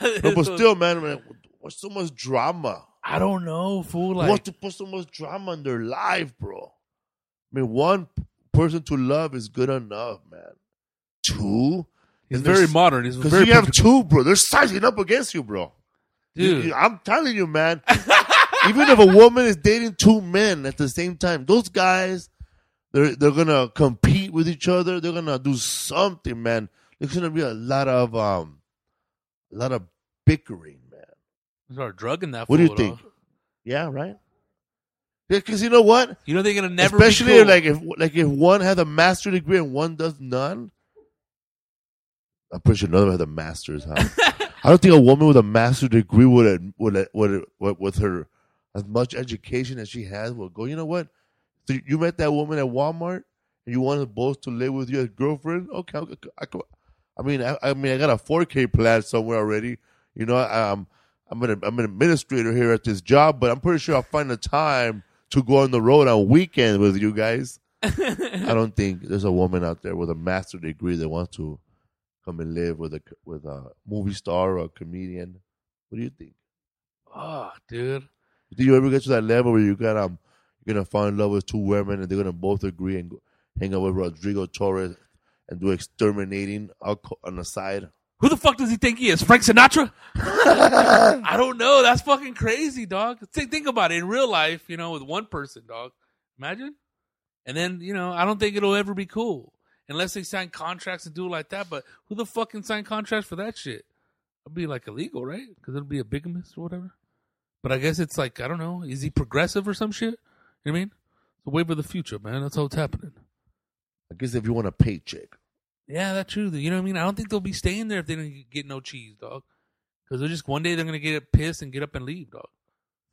This but was- still, man, man, what's so much drama? I don't know, Who fool. Like, wants to put so much drama in their life, bro? I mean, one p- person to love is good enough, man. Two, he's And very there's- modern. He's because very you have picture- two, bro. They're sizing up against you, bro. You- dude. you- I'm telling you, man. even if a woman is dating two men at the same time, those guys, they're they're gonna compete with each other. They're gonna do something, man. There's gonna be a lot of um, a lot of bickering, man. Start drugging that. What do you fool, think? dog. Yeah, right. Because you know what? You know they're gonna never. be Especially cool. like if like if one has a master degree and one does none. I'm pretty sure none of them had a master's. Huh? I don't think a woman with a master's degree would would would, would with her as much education as she has would go. You know what? So you met that woman at Walmart and you wanted both to live with you as girlfriend. Okay, okay, okay, I, co- I mean, I, I mean, I got a 4K plan somewhere already. You know, I, I'm I'm an I'm an administrator here at this job, but I'm pretty sure I'll find the time to go on the road on weekend with you guys. I don't think there's a woman out there with a master degree that wants to come and live with a with a movie star or a comedian. What do you think? Oh, dude. Do you ever get to that level where you got um you're gonna fall in love with two women and they're gonna both agree and go, hang out with Rodrigo Torres and do exterminating alco- on the side? Who the fuck does he think he is? Frank Sinatra? I don't know. That's fucking crazy, dog. Think, think about it. In real life, you know, with one person, dog. Imagine. And then, you know, I don't think it'll ever be cool unless they sign contracts and do it like that. But who the fucking signed contracts for that shit? It'd be like illegal, right? Because it'd be a bigamist or whatever. But I guess it's like I don't know. Is he progressive or some shit? You know what I mean? It's a wave of the future, man. That's how it's happening. I guess if you want a paycheck, Yeah, that's true. You know what I mean? I don't think they'll be staying there if they don't get no cheese, dog. Because they're just one day they're gonna get pissed and get up and leave, dog.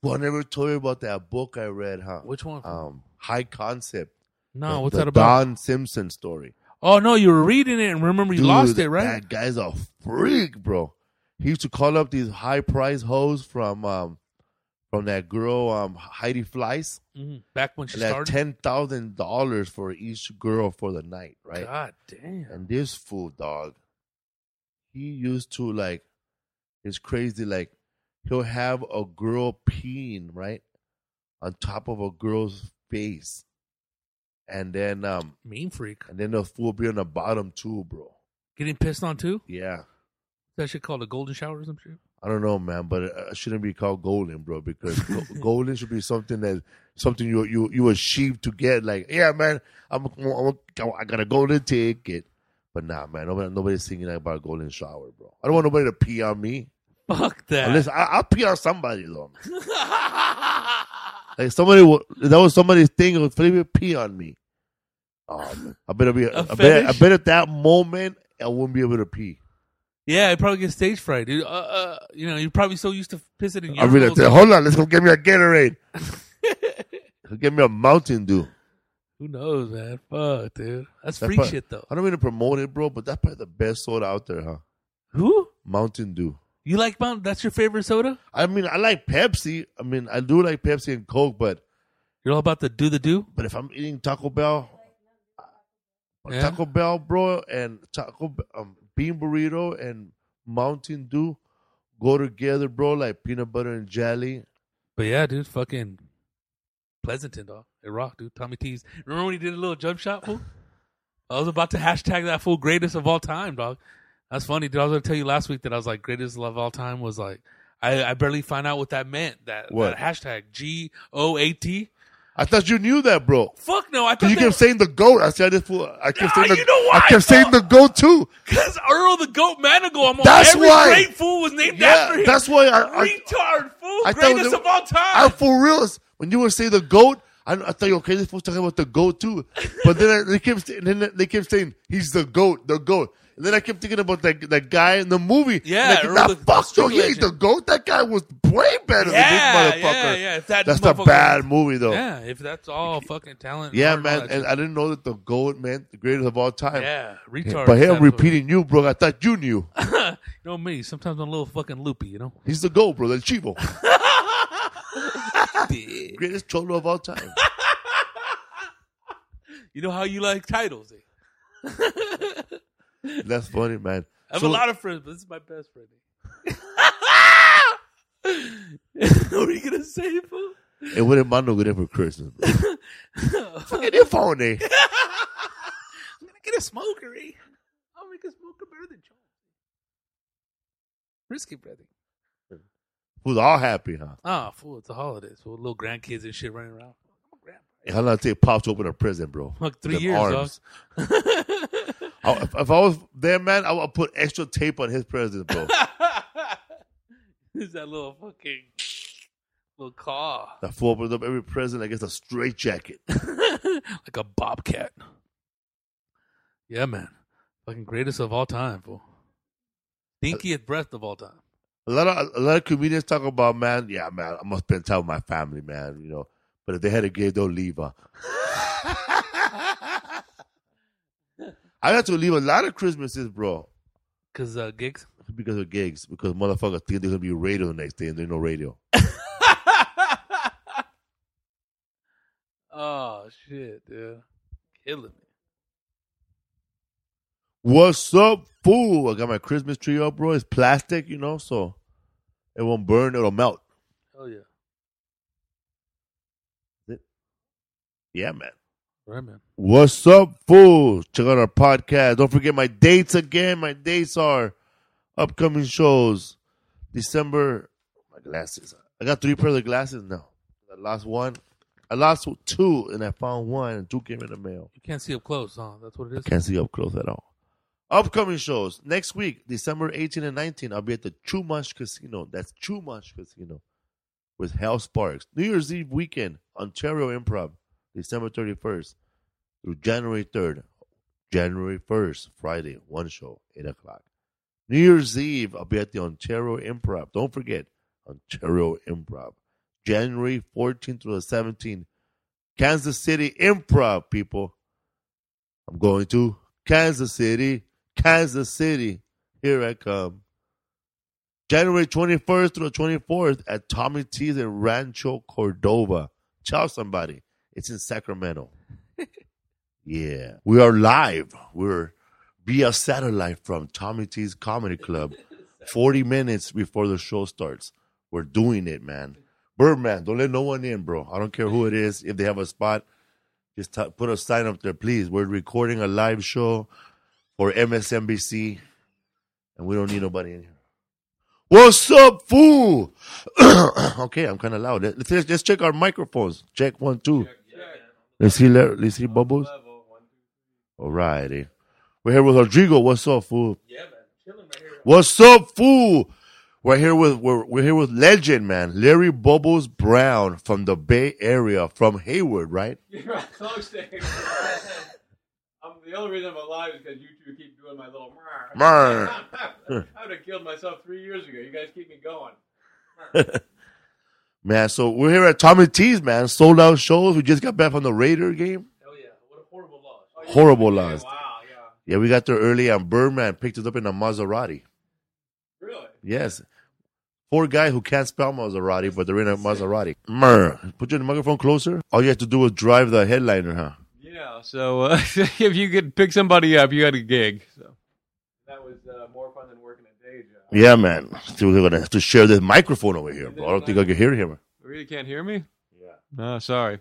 well, I never told you about that book I read, huh? Which one? Um, High Concept. No, The- what's the that about? Don Simpson story. Oh no, you were reading it and remember you Dude, lost it, right? That guy's a freak, bro. He used to call up these high price hoes from um from that girl um Heidi Fleiss, Mhm. Back when she and that started. ten thousand dollars for each girl for the night, right? God damn. And this fool dog, he used to like, it's crazy. Like he'll have a girl peeing right on top of a girl's face, and then um Mean freak. and then the fool be on the bottom too, bro. Getting pissed on too? Yeah. That shit called a golden shower or some shit? I don't know, man, but it uh, shouldn't be called golden, bro, because go- golden should be something that something you you you achieve to get. Like, yeah, man, I'm, I'm I got a golden ticket, but nah, man, nobody, nobody's singing about a golden shower, bro. I don't want nobody to pee on me. Fuck that. Unless I, I'll pee on somebody though. Like somebody, wa- that was somebody's thing. It was Felipe pee on me. Oh, man. I better be. I bet. I fetish? bet at that moment I wouldn't be able to pee. yeah, I probably get stage fright, dude. Uh, uh, you know, you're probably so used to pissing in your I'll be like, hold on, let's go get me a Gatorade. get me a Mountain Dew. Who knows, man? Fuck, dude. That's That freak probably- shit, though. I don't mean to promote it, bro, but that's probably the best soda out there, huh? Who? Mountain Dew. You like Mountain? That's your favorite soda? I mean, I like Pepsi. I mean, I do like Pepsi and Coke, but You're all about the do the do? but if I'm eating Taco Bell, uh, Yeah. Taco Bell, bro, and Taco B- um, Bean Burrito and Mountain Dew go together, bro, like peanut butter and jelly. But yeah, dude, fucking Pleasanton, dog. It rocked, dude. Tommy T's. Remember when he did a little jump shot, fool? I was about to hashtag that fool greatest of all time, dog. That's funny, dude. I was gonna tell you last week that I was like greatest of all time was like I, I barely find out what that meant. That, What? that hashtag G O A T. I thought you knew that, bro. Fuck no, I thought Cause you that kept saying the goat. I said this fool. I kept Nah, saying the, you know I why, kept saying bro? the goat too. because Earl the Goat Manigal, I'm That's every why. great fool was named Yeah, after him. that's why I- I- retard fool, I thought greatest that- of all time. I for real. When you would say the goat, I, I thought you okay. This fool's talking about the goat too. But then I, they kept sa- then they kept saying he's the goat, the goat. And then I kept thinking about that that guy in the movie. Yeah, like, or nah, the- fuck the you. He ain't legend. the goat. That guy was way better yeah, than this motherfucker. yeah, yeah. If that That's a motherfucker- bad movie though. Yeah, Yeah, if that's all fucking talent. hard man. knowledge. And I didn't know that the goat meant the greatest of all time. yeah, retard. But him sounds- repeating you, bro, I thought you knew. You know me. Sometimes I'm a little fucking loopy. You know. He's the goat, bro. The Chivo. you greatest cholo of all time. know how you like titles. eh? That's funny, man. I have So- a lot of friends, but this is my best friend. what are you gonna say, fool? And what did Mando get him for Christmas? bro? Fucking your phone, eh? I'm gonna get a smokery. I'll make a smoker better than Joe. Risky, brother. Who's all happy, huh? Ah, fool. It's the holidays. Fool, little grandkids and shit running around. I'm a grandpa. How long did it take Pop to open a prison, bro? Fuck, three Them years, arms. I- if, if I was there, man, I would put extra tape on his present, bro. Is that little fucking little car that fool opens up every present like it's a straight jacket. like a bobcat? Yeah, man, fucking greatest of all time, fool. Stinkiest breath of all time. A lot of a lot of comedians talk about, man, yeah, man, I must spend time with my family, man, you know. But if they had a gay, they'll leave, huh? I had to leave a lot of Christmases, bro, Cause uh, gigs. because of gigs, because motherfuckers think they're gonna be radio the next day and there's no radio. oh shit, dude, killing me. What's up, fool? I got my Christmas tree up, bro. It's plastic, you know, so it won't burn, it'll melt. Hell yeah, Yeah, man. right, man. What's up, fool? Check out our podcast. Don't forget my dates again. My dates are upcoming shows. December, my glasses. I got three pairs of glasses now. I lost one. I lost two, and I found one, and two came in the mail. You can't see up close, huh? That's what it is. Can't see up close at all. Upcoming shows next week, December 18 and 19, I'll be at the Chumash Casino. That's Chumash Casino with Hal Sparks. New Year's Eve weekend, Ontario Improv, December 31st through January 3rd. January 1st, Friday, one show, 8 o'clock. New Year's Eve, I'll be at the Ontario Improv. Don't forget, Ontario Improv. January 14th through the 17th, Kansas City Improv, people. I'm going to Kansas City, Kansas City. Here I come. January 21st through the 24th at Tommy T's in Rancho Cordova. Tell somebody. It's in Sacramento. yeah. We are live. We're via satellite from Tommy T's Comedy Club 40 minutes before the show starts. We're doing it, man. Birdman, don't let no one in, bro. I don't care who it is. If they have a spot, just t- put a sign up there, please. We're recording a live show for MSNBC, and we don't need nobody in here. What's up, fool? okay, I'm kind of loud. Let- Let's, let's check our microphones. Check one, two. Let's see, le- let's see bubbles. Alrighty. We're here with Rodrigo. What's up, fool? Yeah, man. What's up, fool? We're here with we're, we're here with legend, man. Larry Bubbles Brown from the Bay Area, from Hayward, right? You're not close to him. I'm, the only reason I'm alive is because you two keep doing my little. Mrr. Mar. I would have killed myself three years ago. You guys keep me going. Man, so we're here at Tommy T's, man. Sold out shows. We just got back from the Raider game. Hell yeah! What a horrible loss. Oh, Horrible loss. Wow. Yeah. Yeah, we got there early and Birdman picked us up in a Maserati. Really. Yes. Poor guy who can't spell Maserati, but they're in a Maserati. Mer. Put your microphone closer. All you have to do is drive the headliner, huh? Yeah. So uh, if you could pick somebody up, you had a gig. So. That was uh, more fun than working a day job. Yeah, man. So we're gonna have to share this microphone over here, bro. I don't think I can hear him. Oh, You can't hear me. Yeah. No, sorry.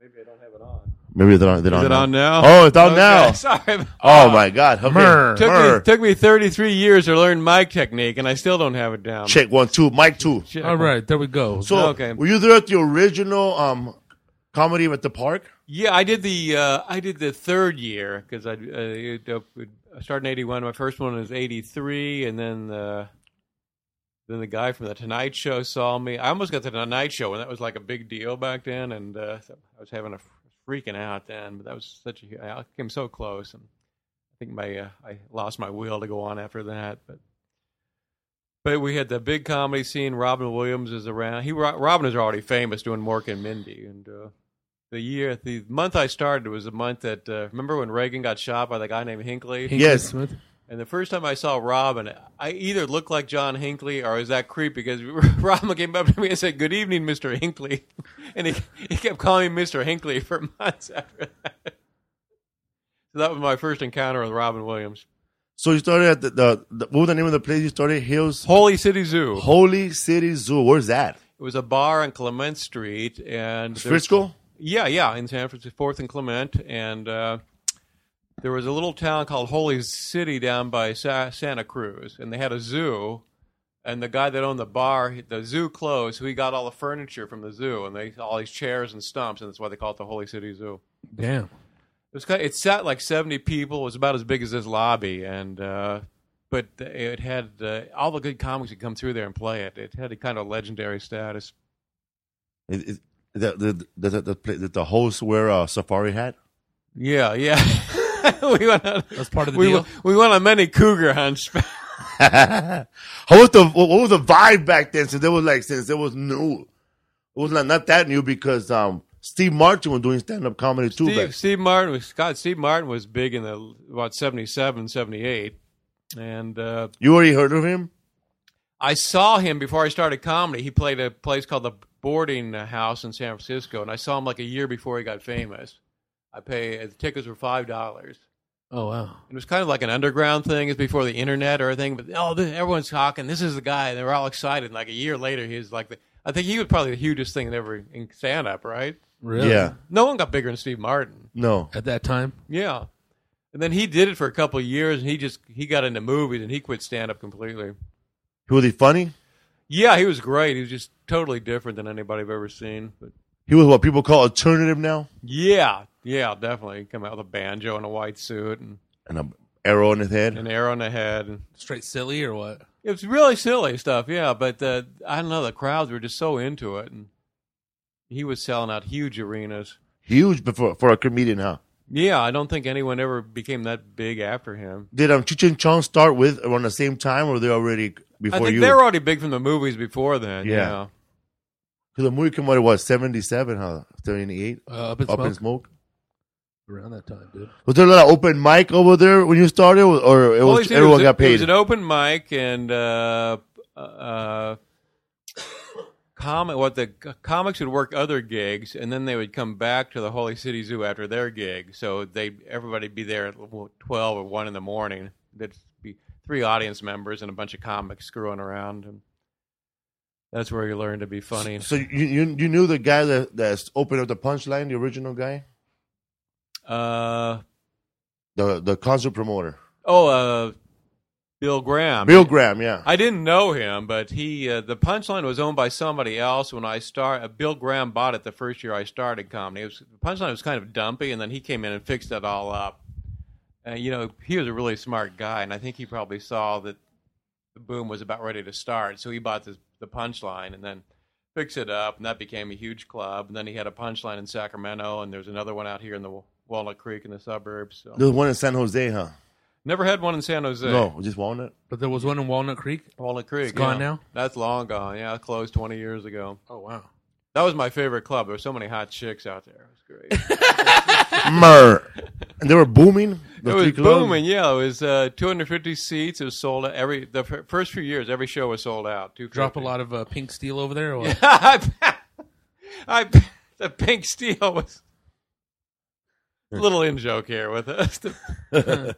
Maybe I don't have it on. Maybe they're on. They're Is on it now. on now? Oh, it's on Okay, now. Sorry. Oh my God. Okay. Mer. Took me, took me 33 years to learn mic technique, and I still don't have it down. Check one, two, mic two. Shit. All right, there we go. So, Oh, Okay. were you there at the original um comedy at the park? Yeah, I did the uh, I did the third year because I, uh, it, uh, I started in eighty one. My first one was eighty three, and then the then the guy from the Tonight Show saw me. I almost got the Tonight Show, and that was like a big deal back then. And uh, so I was having a freaking out then, but that was such a I came so close, and I think my uh, I lost my will to go on after that, but. But we had the big comedy scene. Robin Williams is around. He Ro- Robin is already famous doing Mork and Mindy, and uh, the year, the month I started was a month that uh, remember when Reagan got shot by the guy named Hinckley. Yes. Smith. And the first time I saw Robin, I either looked like John Hinckley or I was that creep because Robin came up to me and said, "Good evening, Mister Hinckley," and he he kept calling me Mister Hinckley for months after that. So that was my first encounter with Robin Williams. So you started at the, the, the what was the name of the place you started? Hills Holy City Zoo. Holy City Zoo. Where's that? It was a bar on Clement Street, and there- Frisco. Yeah, yeah, in San Francisco, Fourth and Clement, and uh, there was a little town called Holy City down by Sa- Santa Cruz, and they had a zoo. And the guy that owned the bar, the zoo closed, so he got all the furniture from the zoo, and they all these chairs and stumps, and that's why they call it the Holy City Zoo. Damn. It was kind it sat like seventy people. It was about as big as this lobby, and uh, but it had uh, all the good comics that come through there and play it. It had a kind of legendary status. Is, is, the, the, the, the, the, pla- did the host wear a safari hat? Yeah, yeah. we went on, That's part of the we deal. went- we went on many cougar hunts. How was the what was the vibe back then? Since it was like since it was new, it was not not that new because um Steve Martin was doing stand up comedy too. Steve, back. Steve Martin was God. Steve Martin was big in the about 77, 78. and uh, You already heard of him? I saw him before I started comedy. He played a place called the Boarding House in San Francisco, and I saw him like a year before he got famous. I pay the tickets were five dollars. Oh wow. It was kind of like an underground thing. It's before the internet or anything, but oh, this, everyone's talking. This is the guy, and they were all excited. And like a year later, he's like the. I think he was probably the hugest thing in ever in stand up, right? Really? Yeah. No one got bigger than Steve Martin. No. At that time, Yeah. And then he did it for a couple of years and he just he got into movies and he quit stand up completely. Was he funny? Yeah, he was great. He was just totally different than anybody I've ever seen. But He was what people call alternative now, yeah, yeah, definitely. He came out with a banjo and a white suit and and a arrow in his head. an arrow in the head. And Straight silly or what? it was really silly stuff, yeah. But uh, I don't know, the crowds were just so into it, and he was selling out huge arenas. Huge before for a comedian, huh? Yeah, I don't think anyone ever became that big after him. Did um Cheech and Chong start with around the same time, or they already before I think you? they were already big from the movies before then. Yeah. Yeah, Because the movie came out, it was 77, huh? 78? Uh, up in Up smoke. in Smoke? Around that time, dude. Was there a lot of open mic over there when you started, or it All was, he said everyone was a- got It paid? was an open mic and uh, uh, comic. What the c- comics would work other gigs, and then they would come back to the Holy City Zoo after their gig. So they everybody be there at twelve or one in the morning. There'd be three audience members and a bunch of comics screwing around, and that's where you learn to be funny. so you, you you knew the guy that that's opened up the punchline, the original guy, Uh, the the concert promoter, oh, uh, Bill Graham. Bill Graham, yeah. I didn't know him, but he uh, the punchline was owned by somebody else when I start. Uh, Bill Graham bought it the first year I started comedy. It was, the punchline was kind of dumpy, and then he came in and fixed it all up. And you know, he was a really smart guy, and I think he probably saw that the boom was about ready to start, so he bought this, the punchline and then fixed it up, and that became a huge club. And then he had a punchline in Sacramento, and there's another one out here in the Wa- Walnut Creek in the suburbs. So. There was one in San Jose, huh? Never had one in San Jose. No, just Walnut. But there was one in Walnut Creek. Walnut Creek. It's gone yeah. now? That's long gone. Yeah, it closed 20 years ago. Oh wow. That was my favorite club. There were so many hot chicks out there. It was great. Mer. And they were booming. the it was three clubs? booming. Yeah, it was uh, 250 seats. It was sold out every the f- first few years. Every show was sold out. Drop a lot of uh, pink steel over there. Or what? I, I, the pink steel was a little in joke here with us.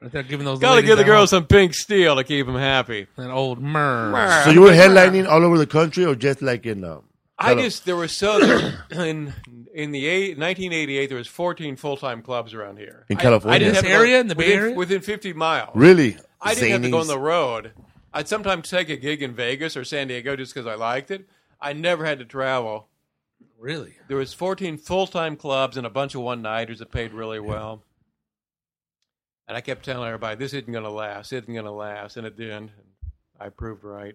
Right there, giving those. Gotta ladies give the that- girls some pink steel to keep them happy. that old myrrh. So you were headlining all over the country, or just like in um, I Hello. just there were so there- in in the eight, 1988 there was 14 full time clubs around here In I- California. I didn't This have to go- area, in the Bay within, Area? within 50 miles. really? I didn't have to go on Zanies? the road. I'd sometimes take a gig in Vegas or San Diego just because I liked it. I never had to travel. Really? There was 14 full-time clubs and a bunch of one-nighters that paid really well. And I kept telling everybody, this isn't going to last. It isn't going to last. And it didn't. I proved right.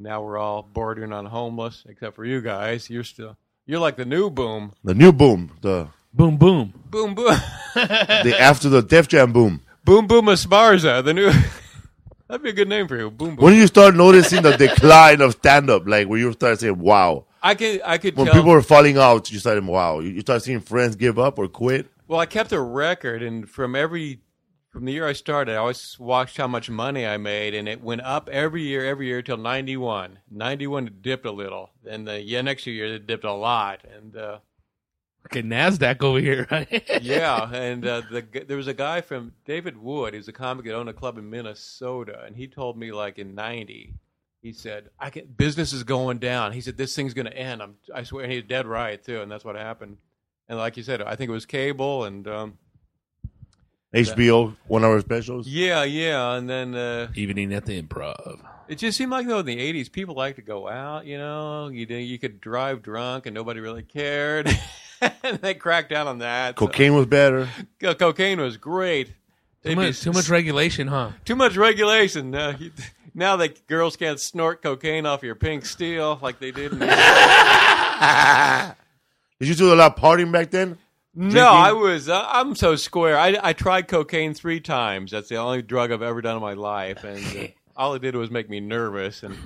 now we're all bordering on homeless, except for you guys. You're still, you're like the new boom. the new boom, the Boom, boom. Boom, boom. the after the Def Jam boom. boom, boom Esparza, the new. That'd be a good name for you. Boom, boom. When did you start noticing the decline of stand up? Like when you started saying, "Wow," I could, I could when tell. people were falling out, you started, "Wow." You, you started seeing friends give up or quit. Well, I kept a record, and from every from the year I started, I always watched how much money I made, and it went up every year, every year till '91. '91 it dipped a little, and the yeah, next year it dipped a lot, and uh, Okay, Nasdaq over here. Right? yeah, and uh, the g- there was a guy from David Wood, he's a comic that owned a club in Minnesota, and he told me like in '90. He said, "I can, business is going down." He said, "This thing's going to end." I'm, I swear, and he's dead right too, and that's what happened. And like you said, I think it was cable and um, HBO one hour specials. yeah, yeah. And then uh, Evening at the improv. It just seemed like though in the '80s, people liked to go out. You know, you did- you could drive drunk and nobody really cared. and they cracked down on that. So- Cocaine was better. Co- cocaine was great. They'd Too be much, too much regulation, huh? too much regulation. Now, you- now that girls can't snort cocaine off your pink steel like they did. In the- Did you do a lot of partying back then? no, I was. Uh, I'm so square. I, I tried cocaine three times. That's the only drug I've ever done in my life, and uh, all it did was make me nervous. And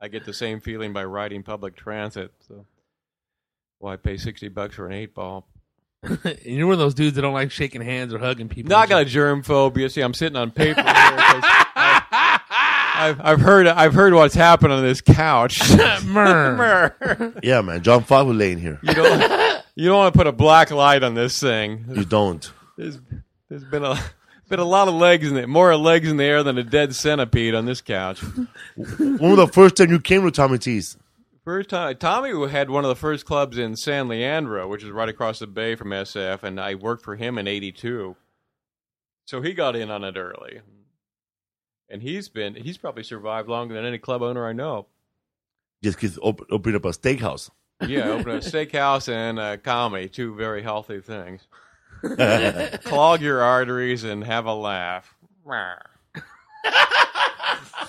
I get the same feeling by riding public transit. So why pay sixty bucks for an eight ball? And you're one of those dudes that don't like shaking hands or hugging people. No, I got a germ phobia. See, I'm sitting on paper. Here 'cause I- I've, I've heard I've heard what's happened on this couch. myrrh. Yeah, man. John Favreau laying here. You don't, you don't want to put a black light on this thing. You don't. There's, there's been a been a lot of legs in it, more legs in the air than a dead centipede on this couch. When was the first time you came to Tommy T's? First time, Tommy had one of the first clubs in San Leandro, which is right across the bay from SF, and I worked for him in '82, so he got in on it early. And he's been he's probably survived longer than any club owner I know. Just because open, opened up a steakhouse. Yeah, opened a steakhouse and a comedy, two very healthy things. clog your arteries and have a laugh.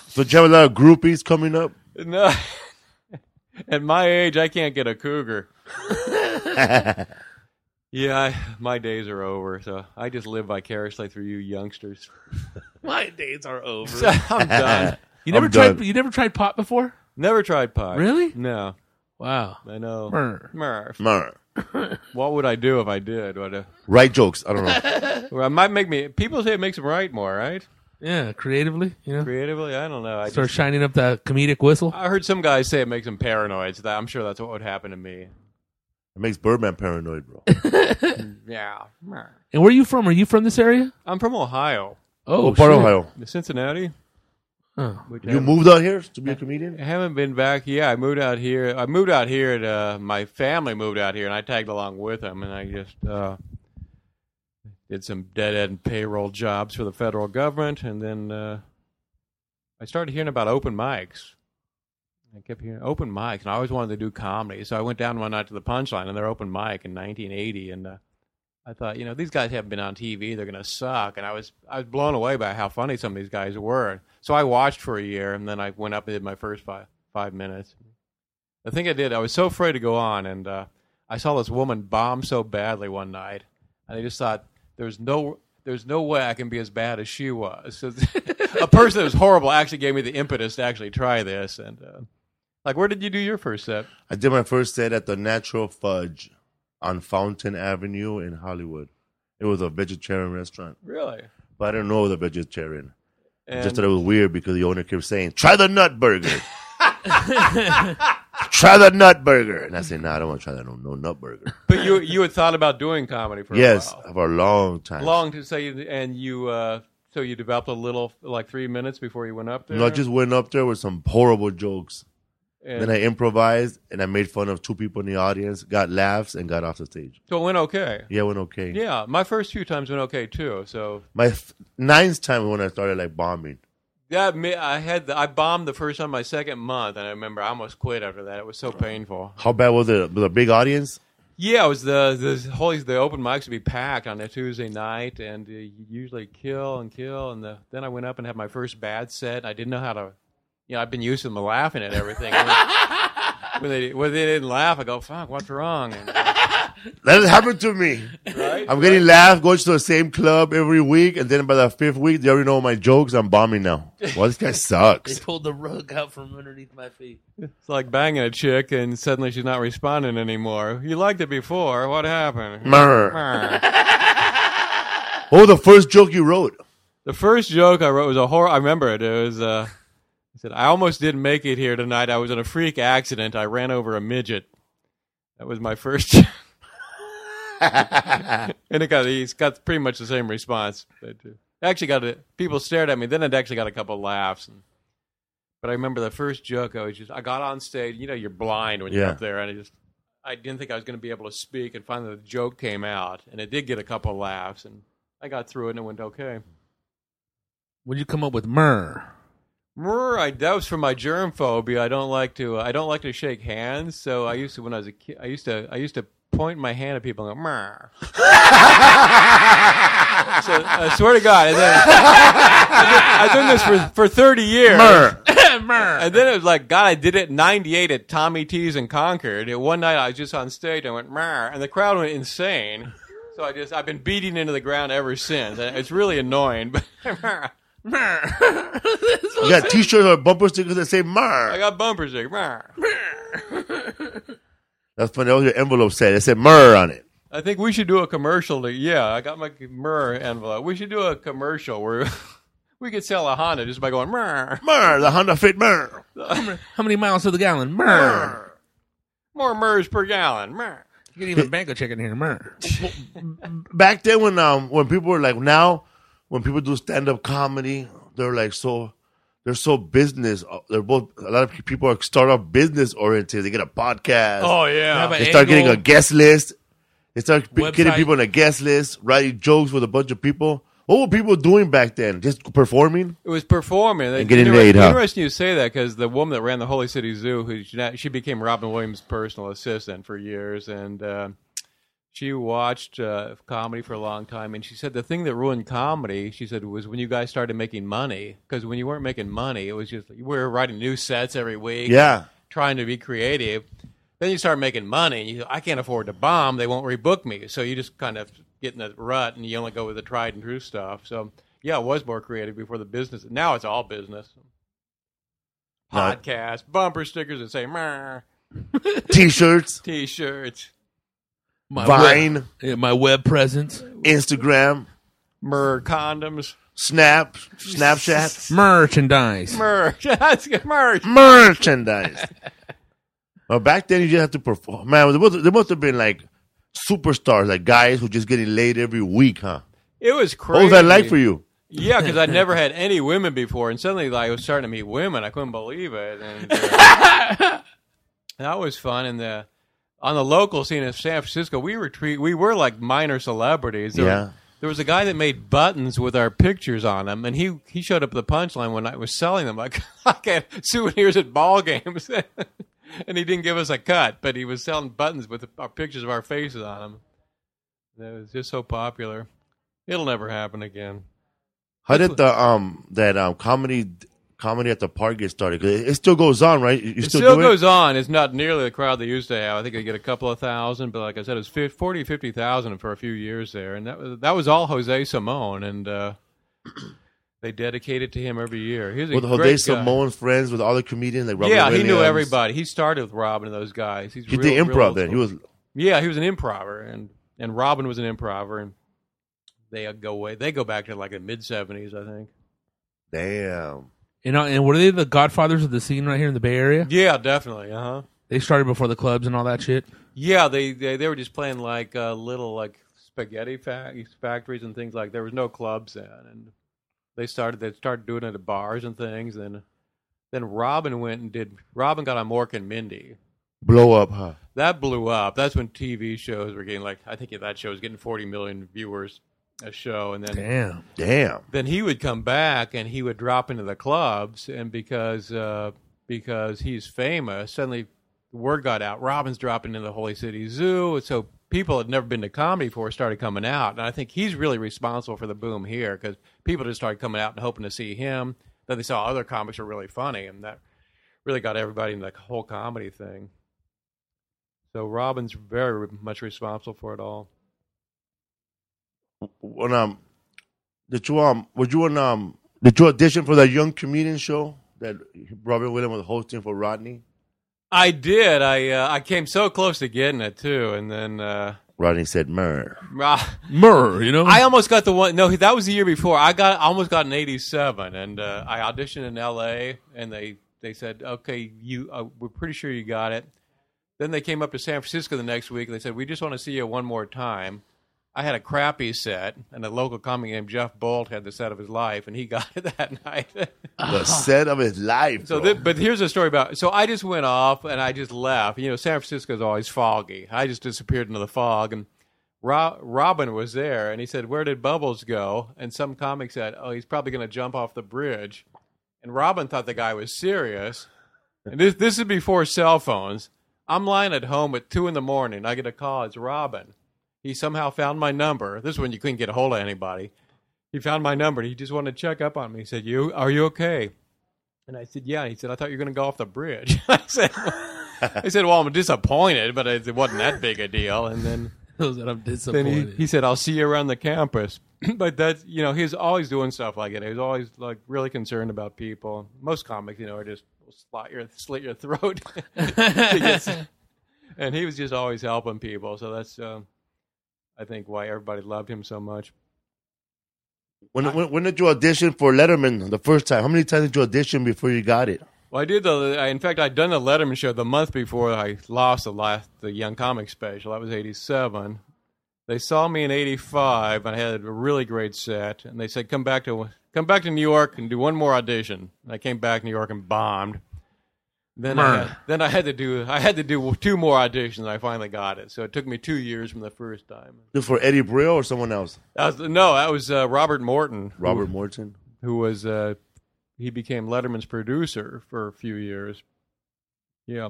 So do you have a lot of groupies coming up? No, at my age, I can't get a cougar. yeah, I, my days are over. So I just live vicariously through you youngsters. My days are over. I'm done. You never I'm tried. done. You never tried pot before. Never tried pie. Really? No. Wow. I know. Brr. Murph. Nah. What would I do if I did? What a, Right jokes. I don't know. well, it might make me. People say it makes them right more, right? Yeah, creatively. You know, Creatively, I don't know. I, start just, shining up that comedic whistle. I heard some guys say it makes them paranoid. So that, I'm sure that's what would happen to me. It makes Birdman paranoid, bro. Oh, Yeah. And where are you from? Are you from this area? I'm from Ohio, Oh, What part of shit. Ohio? Cincinnati. Oh. Which I You moved out here to be a comedian? I haven't been back. Yeah, I moved out here. I moved out here. And, uh, my family moved out here, and I tagged along with them. And I just uh, did some dead end payroll jobs for the federal government, and then uh, I started hearing about open mics. I kept hearing open mics, and I always wanted to do comedy. So I went down one night to the Punchline, and their open mic in 1980, and uh, I thought, you know, these guys haven't been on TV; they're going to suck. And I was, I was blown away by how funny some of these guys were. So I watched for a year, and then I went up and did my first five five minutes. The thing I did, I was so afraid to go on, and uh, I saw this woman bomb so badly one night, and I just thought, there's no, there's no way I can be as bad as she was. So a person that was horrible actually gave me the impetus to actually try this. And uh, like, where did you do your first set? I did my first set at the Natural Fudge on Fountain Avenue in Hollywood. It was a vegetarian restaurant, Really? but I didn't know it was a vegetarian. I And just thought it was weird because the owner kept saying, "Try the nut burger." try the nut burger, and I said, "No, I don't want to try that. No, no nut burger." but you, you had thought about doing comedy for yes, a while. for a long time. long to say and you uh so you developed a little like three minutes before you went up there No, I just went up there with some horrible jokes. And- Then I improvised and I made fun of two people in the audience, got laughs, and got off the stage. so it went okay Yeah, it went okay. yeah my first few times went okay too so My f- ninth time when I started like bombing. that me i had the, i bombed the first time my second month and i remember i almost quit after that it was so painful How bad was it? With a big audience? yeah it was the the holy the open mics would be packed on a tuesday night and you usually kill and kill and the, then i went up and had my first bad set i didn't know how to you know i've been used to them laughing at everything when they when they didn't laugh i go fuck what's wrong and, That happened to me. Right? I'm getting laughed, going to the same club every week, and then by the fifth week, they already know my jokes. I'm bombing now. Well, this guy They sucks. pulled the rug out from underneath my feet. It's like banging a chick and suddenly she's not responding anymore. You liked it before. What happened? Mer. What was the first joke you wrote? the first joke I wrote was a horror. I remember it. It was, uh, I said, I almost didn't make it here tonight. I was in a freak accident. I ran over a midget. That was my first. joke. and it got, he's got pretty much the same response. But uh, actually got it. People stared at me. Then it actually got a couple laughs. And, but I remember the first joke. I was just, I got on stage. You know, you're blind when you're Yeah. up there, and I just, I didn't think I was going to be able to speak. And finally, the joke came out, and it did get a couple laughs, and I got through it, and it went okay. When'd you come up with myrrh? Brr, I that was for my germ phobia. I don't like to. I don't like to shake hands. So I used to when I was a kid. I used to. I used to point my hand at people and go. Murr. so I swear to God, and then, I've done this for for thirty years. Mer. And then it was like, God, I did it in '98 at Tommy T's in Concord. And one night I was just on stage. I went, Murr, and the crowd went insane. So I just I've been beating into the ground ever since. And It's really annoying, but. "Murr." You got t shirts or bumper stickers that say I Mer. got bumpers there. "Murr." That's funny. That was your envelope set. It said Mer on it. I think we should do a commercial. To, yeah, I got my Murr envelope. We should do a commercial where we could sell a Honda just by going Murr, Mer, the Honda Fit Mer. How many miles to the gallon? Myrrh. more Murs per gallon. Murr. You can even bank a check in here. Myrrh. back then when um when people were like now when people do stand up comedy they're like so they're so business uh, they're both a lot of people are start off business oriented they get a podcast Oh, yeah, they start getting a guest list they start p- getting Website. people on a guest list writing jokes with a bunch of people what were people doing back then just performing it was performing And getting laid, huh? Interesting you say that because the woman that ran the Holy City Zoo, who she- she became Robin Williams' personal assistant for years, and uh, she watched uh, comedy for a long time, and she said the thing that ruined comedy, she said, was when you guys started making money. Because when you weren't making money, it was just we were writing new sets every week, Yeah. trying to be creative. Then you start making money, and you I can't afford to bomb. They won't rebook me, so you just kind of get in the rut, and you only go with the tried and true stuff. So yeah, it was more creative before the business. Now it's all business. Now- Podcast, bumper stickers that say "Meh," T-shirts, t-shirts. My Vine, web, yeah, my web presence, Instagram, Mer condoms. Snap, Snapchat, merchandise. Merch. That's good. Merch. merchandise. well, back then you just have to perform. Man, there must, there must have been like superstars, like guys who just getting laid every week, huh? It was crazy. What was that like for you? Yeah, because I'd never had any women before, and suddenly like, I was starting to meet women. I couldn't believe it. And, uh, that was fun. And the on the local scene in San Francisco, we were treat, we were like minor celebrities. There, Yeah. There was a guy that made buttons with our pictures on them, and he he showed up at the punchline when I was selling them like like at souvenirs at ball games, and he didn't give us a cut, but he was selling buttons with our pictures of our faces on them. That was just so popular. It'll never happen again. How did the um that um comedy comedy at the park get started? 'Cause It, it still goes on, right? You you It still, still, do goes it? on. It's not nearly the crowd they used to have. I think they get a couple of thousand, but like I said, it was fif- 40, 50,000 for a few years there. And that was, that was all Jose Simone. And uh, they dedicated to him every year. He was a With great Jose guy. Simone friends with all the comedians like Robin yeah, he knew Williams. everybody. He started with Robin and those guys. He's He real- did real improv old then. He school. was Yeah, he was an improver, and and Robin was an improver, and they go way they go back to like the mid seventies, I think. damn. You know, and were they the godfathers of the scene right here in the Bay Area? Yeah, definitely. Uh huh. They started before the clubs and all that shit. Yeah, they they, they were just playing like uh, little like spaghetti fa- factories and things like. There was no clubs then, and they started they started doing it at bars and things. And then Robin went and did. Robin got on Mork and Mindy. Blow up, huh? That blew up. That's when TV shows were getting like I think that show was getting forty million viewers a show, and then Damn. Damn. then he would come back and he would drop into the clubs and because uh, because he's famous suddenly word got out robin's dropping into the holy city zoo and so people had never been to comedy before started coming out and i think he's really responsible for the boom here because people just started coming out and hoping to see him then they saw other comics were really funny and that really got everybody into the whole comedy thing so robin's very much responsible for it all When um did you um would you and um did you audition for that young comedian show that Robin Williams was hosting for Rodney? I did. I uh, I came so close to getting it too, and then uh, Rodney said, "Mer." ah, Myrrh, you know? I almost got the one. No, that was the year before. I got I almost got an '87, and uh, I auditioned in L.A. and they they said, okay, you uh, we're pretty sure you got it. Then they came up to San Francisco the next week and they said, we just want to see you one more time. I had a crappy set, and a local comic named Jeff Bolt had the set of his life, and he got it that night. The set of his life. So, bro. th- but here's a story about. So I just went off and I just left. You know, San Francisco's always foggy. I just disappeared into the fog, and Ro- Robin was there, and he said, "Where did Bubbles go?" And some comic said, "Oh, he's probably going to jump off the bridge." And Robin thought the guy was serious. And this this is before cell phones. I'm lying at home at two in the morning. I get a call. It's Robin. He somehow found my number. This is when you couldn't get a hold of anybody. He found my number. and He just wanted to check up on me. He said, "You are you okay?" And I said, "Yeah." And he said, "I thought you were going to go off the bridge." I said, "I said, well, I'm disappointed, but it wasn't that big a deal." And then, that I'm then he, disappointed. he said, "I'll see you around the campus." but that's you know, he's always doing stuff like it. He's always like really concerned about people. Most comics, you know, are just slot your slit your throat. to get s- and he was just always helping people. So that's, uh, I think, why everybody loved him so much. When, when when did you audition for Letterman the first time? How many times did you audition before you got it? Well, I did the. I, in fact, I'd done the Letterman show the month before I lost the last the Young Comic special. That was '87. They saw me in '85, and I had a really great set. And they said, "Come back to come back to New York and do one more audition." And I came back to New York and bombed. Then I had, then I had to do I had to do two more auditions. And I finally got it. So it took me two years from the first time. This for Eddie Brill or someone else? That was, no, that was uh, Robert Morton, who- Robert Morton. who was uh, he became Letterman's producer for a few years. Yeah.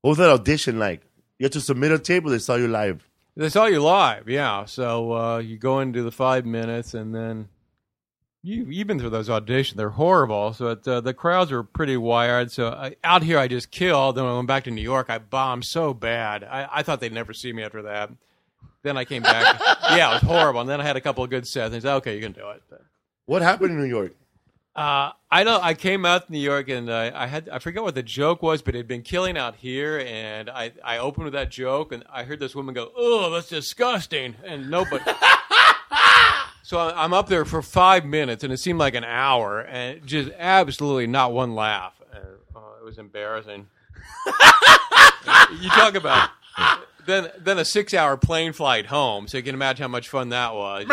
What was that audition like? You had to submit a tape, or they saw you live. They saw you live, yeah. So uh, you go into the five minutes, and then you you've been through those auditions. They're horrible. So it, uh, the crowds are pretty wired. So I, out here, I just killed. Then when I went back to New York, I bombed so bad. I, I thought they'd never see me after that. Then I came back. yeah, it was horrible. And then I had a couple of good sets. And I said, okay, you can do it. What happened in New York? Uh, I don't. I came out to New York and I, I had I forget what the joke was, but it had been killing out here. And I I opened with that joke, and I heard this woman go, "Oh, that's disgusting," and nobody. so I- I'm up there for five minutes, and it seemed like an hour, and just absolutely not one laugh. And, oh, it was embarrassing. you talk about then then a six hour plane flight home, so you can imagine how much fun that was.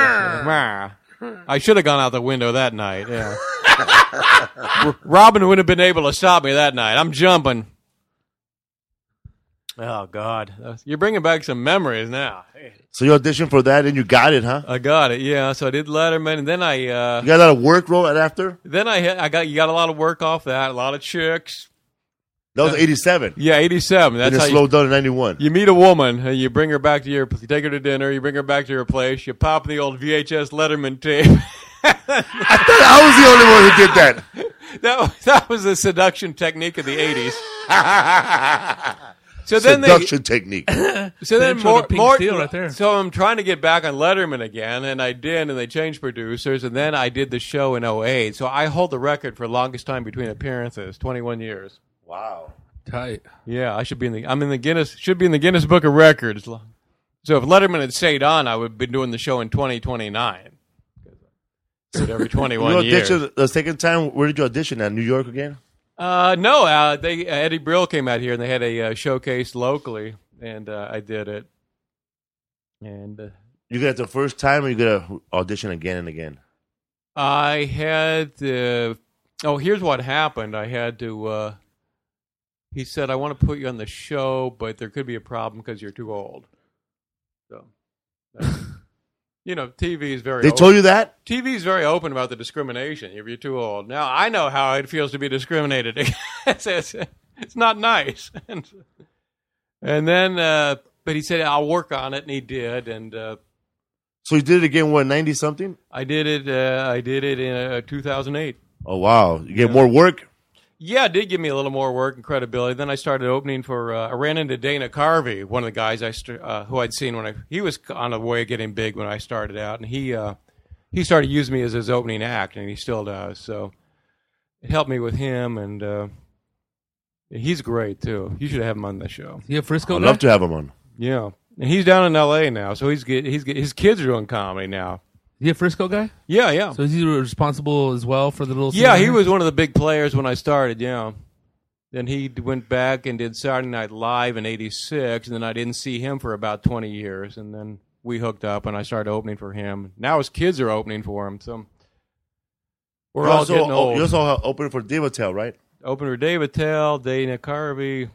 I should have gone out the window that night. Yeah. R- Robin wouldn't have been able to stop me that night. I'm jumping. Oh God, That's- you're bringing back some memories now. So you auditioned for that and you got it, huh? I got it. Yeah, so I did Letterman, and then I uh, You got a lot of work role right after? then I hit, I got you got a lot of work off that, a lot of chicks. That was 87. Yeah, 87. That's and it how you- slowed down in 91. You meet a woman and you bring her back to your, you take her to dinner, you bring her back to your place, you pop the old VHS Letterman tape. I was the only one who did that. that was, that was the seduction technique of the '80s. so then Seduction technique. they, so then Central more, to Pink more Steel right there. So I'm trying to get back on Letterman again, and I did, and they changed producers, and then I did the show in 08. So I hold the record for longest time between appearances, 21 years. Wow. Tight. Yeah, I should be in the. I'm in the Guinness. Should be in the Guinness Book of Records. So if Letterman had stayed on, I would have been doing the show in 2029. So every You 21 years. auditioned the second time. Where did you audition at? New York again? Uh, no, uh, they uh, Eddie Brill came out here and they had a uh, showcase locally, and uh, I did it. And uh, You got it the first time or you got to audition again and again? I had uh, oh, here's what happened. I had to. Uh, he said, "I want to put you on the show, but there could be a problem because you're too old." So, that's- you know, TV is very. They old. told you that? TV is very open about the discrimination. If you're too old, now I know how it feels to be discriminated. against. it's, it's not nice. And, and then, uh, but he said I'll work on it, and he did. And uh, So you did it again, what, 90 something? I did it. Uh, I did it in uh, 2008. Oh, wow. You get more work? Yeah, it did give me a little more work and credibility. Then I started opening for. Uh, I ran into Dana Carvey, one of the guys I st- uh, who I'd seen when I he was on the way of getting big when I started out, and he uh, he started using me as his opening act, and he still does. So it helped me with him, and uh, he's great too. You should have him on the show. Yeah, Frisco. I'd guy? love to have him on. Yeah, and he's down in L.A. now, so he's get, he's get, his kids are doing comedy now. Yeah, Frisco guy. Yeah, yeah, So is he responsible as well for the little? yeah. scene? He was one of the big players when I started. Yeah. Then he d- went back and did Saturday Night Live in '86, and then I didn't see him for about 20 years, and then we hooked up, and I started opening for him. Now his kids are opening for him, so we're You all also, oh, getting old. You also opened for Divatel, right? Opener David Tell, Dana Carvey,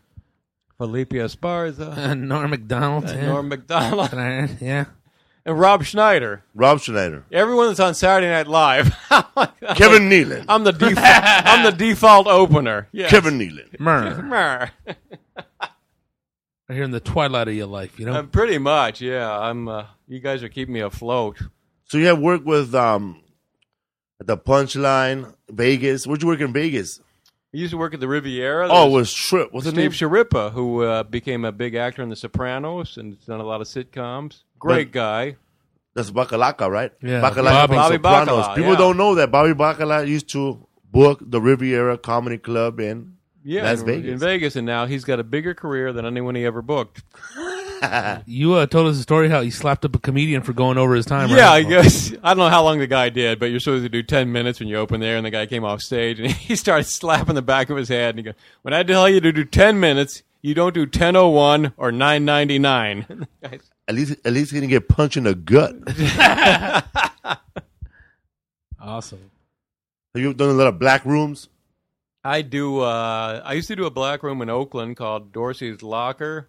Felipe Esparza, Uh, Norm McDonald. yeah. Norm McDonald, McDonald. Yeah. and Rob Schneider. Rob Schneider. Everyone that's on Saturday Night Live. Kevin Nealon. I'm the default. I'm the default opener. Yeah. Kevin Nealon. Myrrh. Mer. Right here in the twilight of your life, you know. Uh, pretty much, yeah. I'm. Uh, you guys are keeping me afloat. So you have work with um, at the Punchline, Vegas. Where'd you work in Vegas? I used to work at the Riviera. Oh, it There's was Trip. What's the Steve name? Sharippa, who uh, became a big actor in The Sopranos and has done a lot of sitcoms. Great Right. guy. That's Bacalaca, right? Yeah, Bacalaca Bobby- from Bobby Sopranos. Bacala, People yeah. don't know that Bobby Bacala used to book the Riviera Comedy Club in. Yeah, Las in, Vegas. in Vegas, and now he's got a bigger career than anyone he ever booked. you uh, told us a story how you slapped up a comedian for going over his time. yeah, I right? guess I don't know how long the guy did, but you're supposed to do ten minutes when you open there, and the guy came off stage and he started slapping the back of his head, and he goes, "When I tell you to do ten minutes, you don't do ten oh one or nine ninety nine. At least, at least he didn't get punched in the gut. Awesome. You've done a lot of black rooms. I do. Uh, I used to do a black room in Oakland called Dorsey's Locker,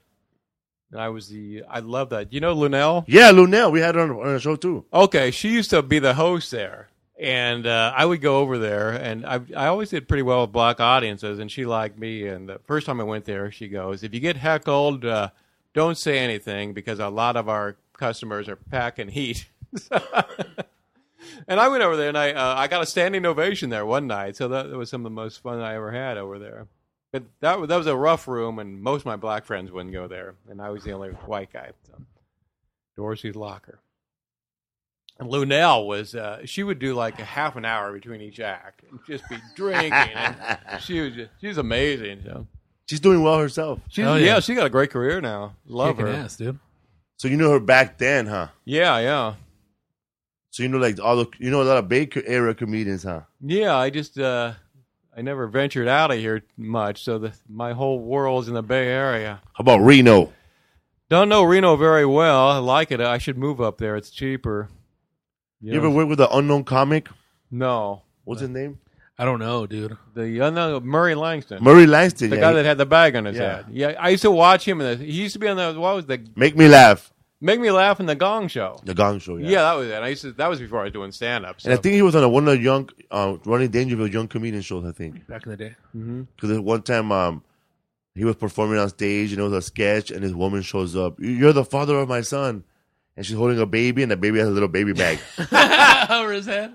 and I was the. I love that. You know Lunell. Yeah, Lunel, we had her on, on the show too. Okay, she used to be the host there, and uh, I would go over there, and I I always did pretty well with black audiences, and she liked me. And the first time I went there, she goes, "If you get heckled, uh, don't say anything because a lot of our customers are packing heat. and I went over there and I uh, I got a standing ovation there one night. So that, that was some of the most fun I ever had over there. But that was- that was a rough room, and most of my black friends wouldn't go there, and I was the only white guy. So. Dorsey's locker. And Lunell was uh, she would do like a half an hour between each act and just be drinking. and she was just, she's amazing. So She's doing well herself. she's, Hell yeah. yeah. she got a great career now. Love Kicking her. ass, dude. So you know her back then, huh? Yeah, yeah, So you know like all the you know a lot of Baker era comedians, huh? yeah. I just uh, I never ventured out of here much, so the, my whole world's in the Bay Area. How about Reno? Don't know Reno very well. I like it. I should move up there. It's cheaper. You ever work with an unknown comic? No, What's his name? I don't know, dude. the unknown Murray Langston. Murray Langston. The yeah, guy he- that had the bag on his Yeah. head. Yeah, I used to watch him. And the, he used to be on the what was the Make me laugh. Make Me Laugh in the Gong Show. The Gong Show. Yeah, Oh, Yeah. that was it. I used to, that was before I was doing stand up. So. And I think he was on a, one of the young, uh, Ronnie Dangerfield young comedian shows. I think Back in the day. because one time um, he was performing on stage and it was a sketch, and this woman shows up. "You- You're the father of my son, and she's holding a baby, and the baby has a little baby bag, Over his head.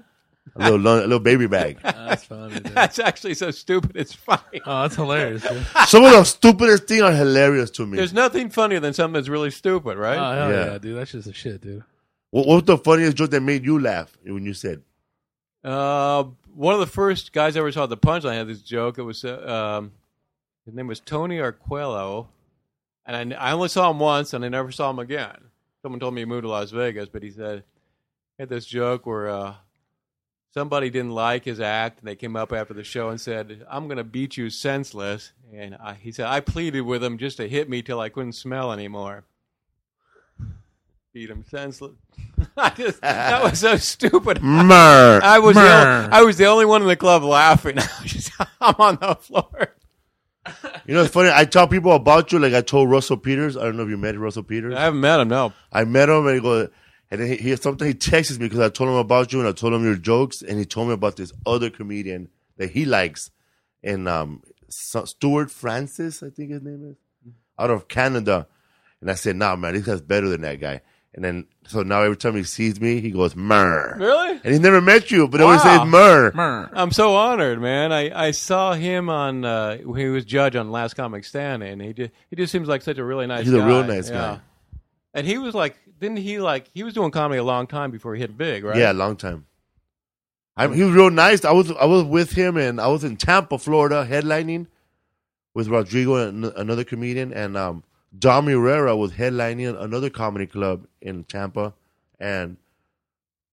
a little lun- a little baby bag. That's funny. Dude. that's actually so stupid. It's funny. Oh, that's hilarious. Dude. Some of the stupidest things are hilarious to me. There's nothing funnier than something that's really stupid, right? Oh hell Yeah. yeah. dude. That's just a shit, dude. What, what was the funniest joke that made you laugh when you said? Uh, one of the first guys I ever saw at the punchline had this joke. It was uh, um, his name was Tony Arquello, and I, I only saw him once, and I never saw him again. Someone told me he moved to Las Vegas, but he said he had this joke where uh, somebody didn't like his act, and they came up after the show and said, "I'm going to beat you senseless." And I, he said, "I pleaded with him just to hit me till I couldn't smell anymore." Beat him senseless. I just, that was so stupid. Mer. I was the Brr. only, I was the only one in the club laughing. I was just, I'm on the floor. You know, it's funny. I tell people about you, like I told Russell Peters. I don't know if you met Russell Peters. I haven't met him. No, I met him and he goes, and then he, he sometimes he texts me because I told him about you and I told him your jokes and he told me about this other comedian that he likes, and um, so, Stuart Francis, I think his name is, Mm-hmm. out of Canada, and I said, Nah, man, this guy's better than that guy. And then so now every time he sees me, he goes Mer. really. And he never met you, but he always Wow. says Mer. I'm so honored, man. I, I saw him on uh, when he was judge on Last Comic Standing. He just he just seems like such a really nice. He's guy. a real nice Yeah. guy. And he was like, didn't he like he was doing comedy a long time before he hit big, right? Yeah, a long time. I, he was real nice. I was I was with him and I was in Tampa, Florida, headlining with Rodrigo and an- another comedian, and um, Dom Herrera was headlining another comedy club in Tampa, and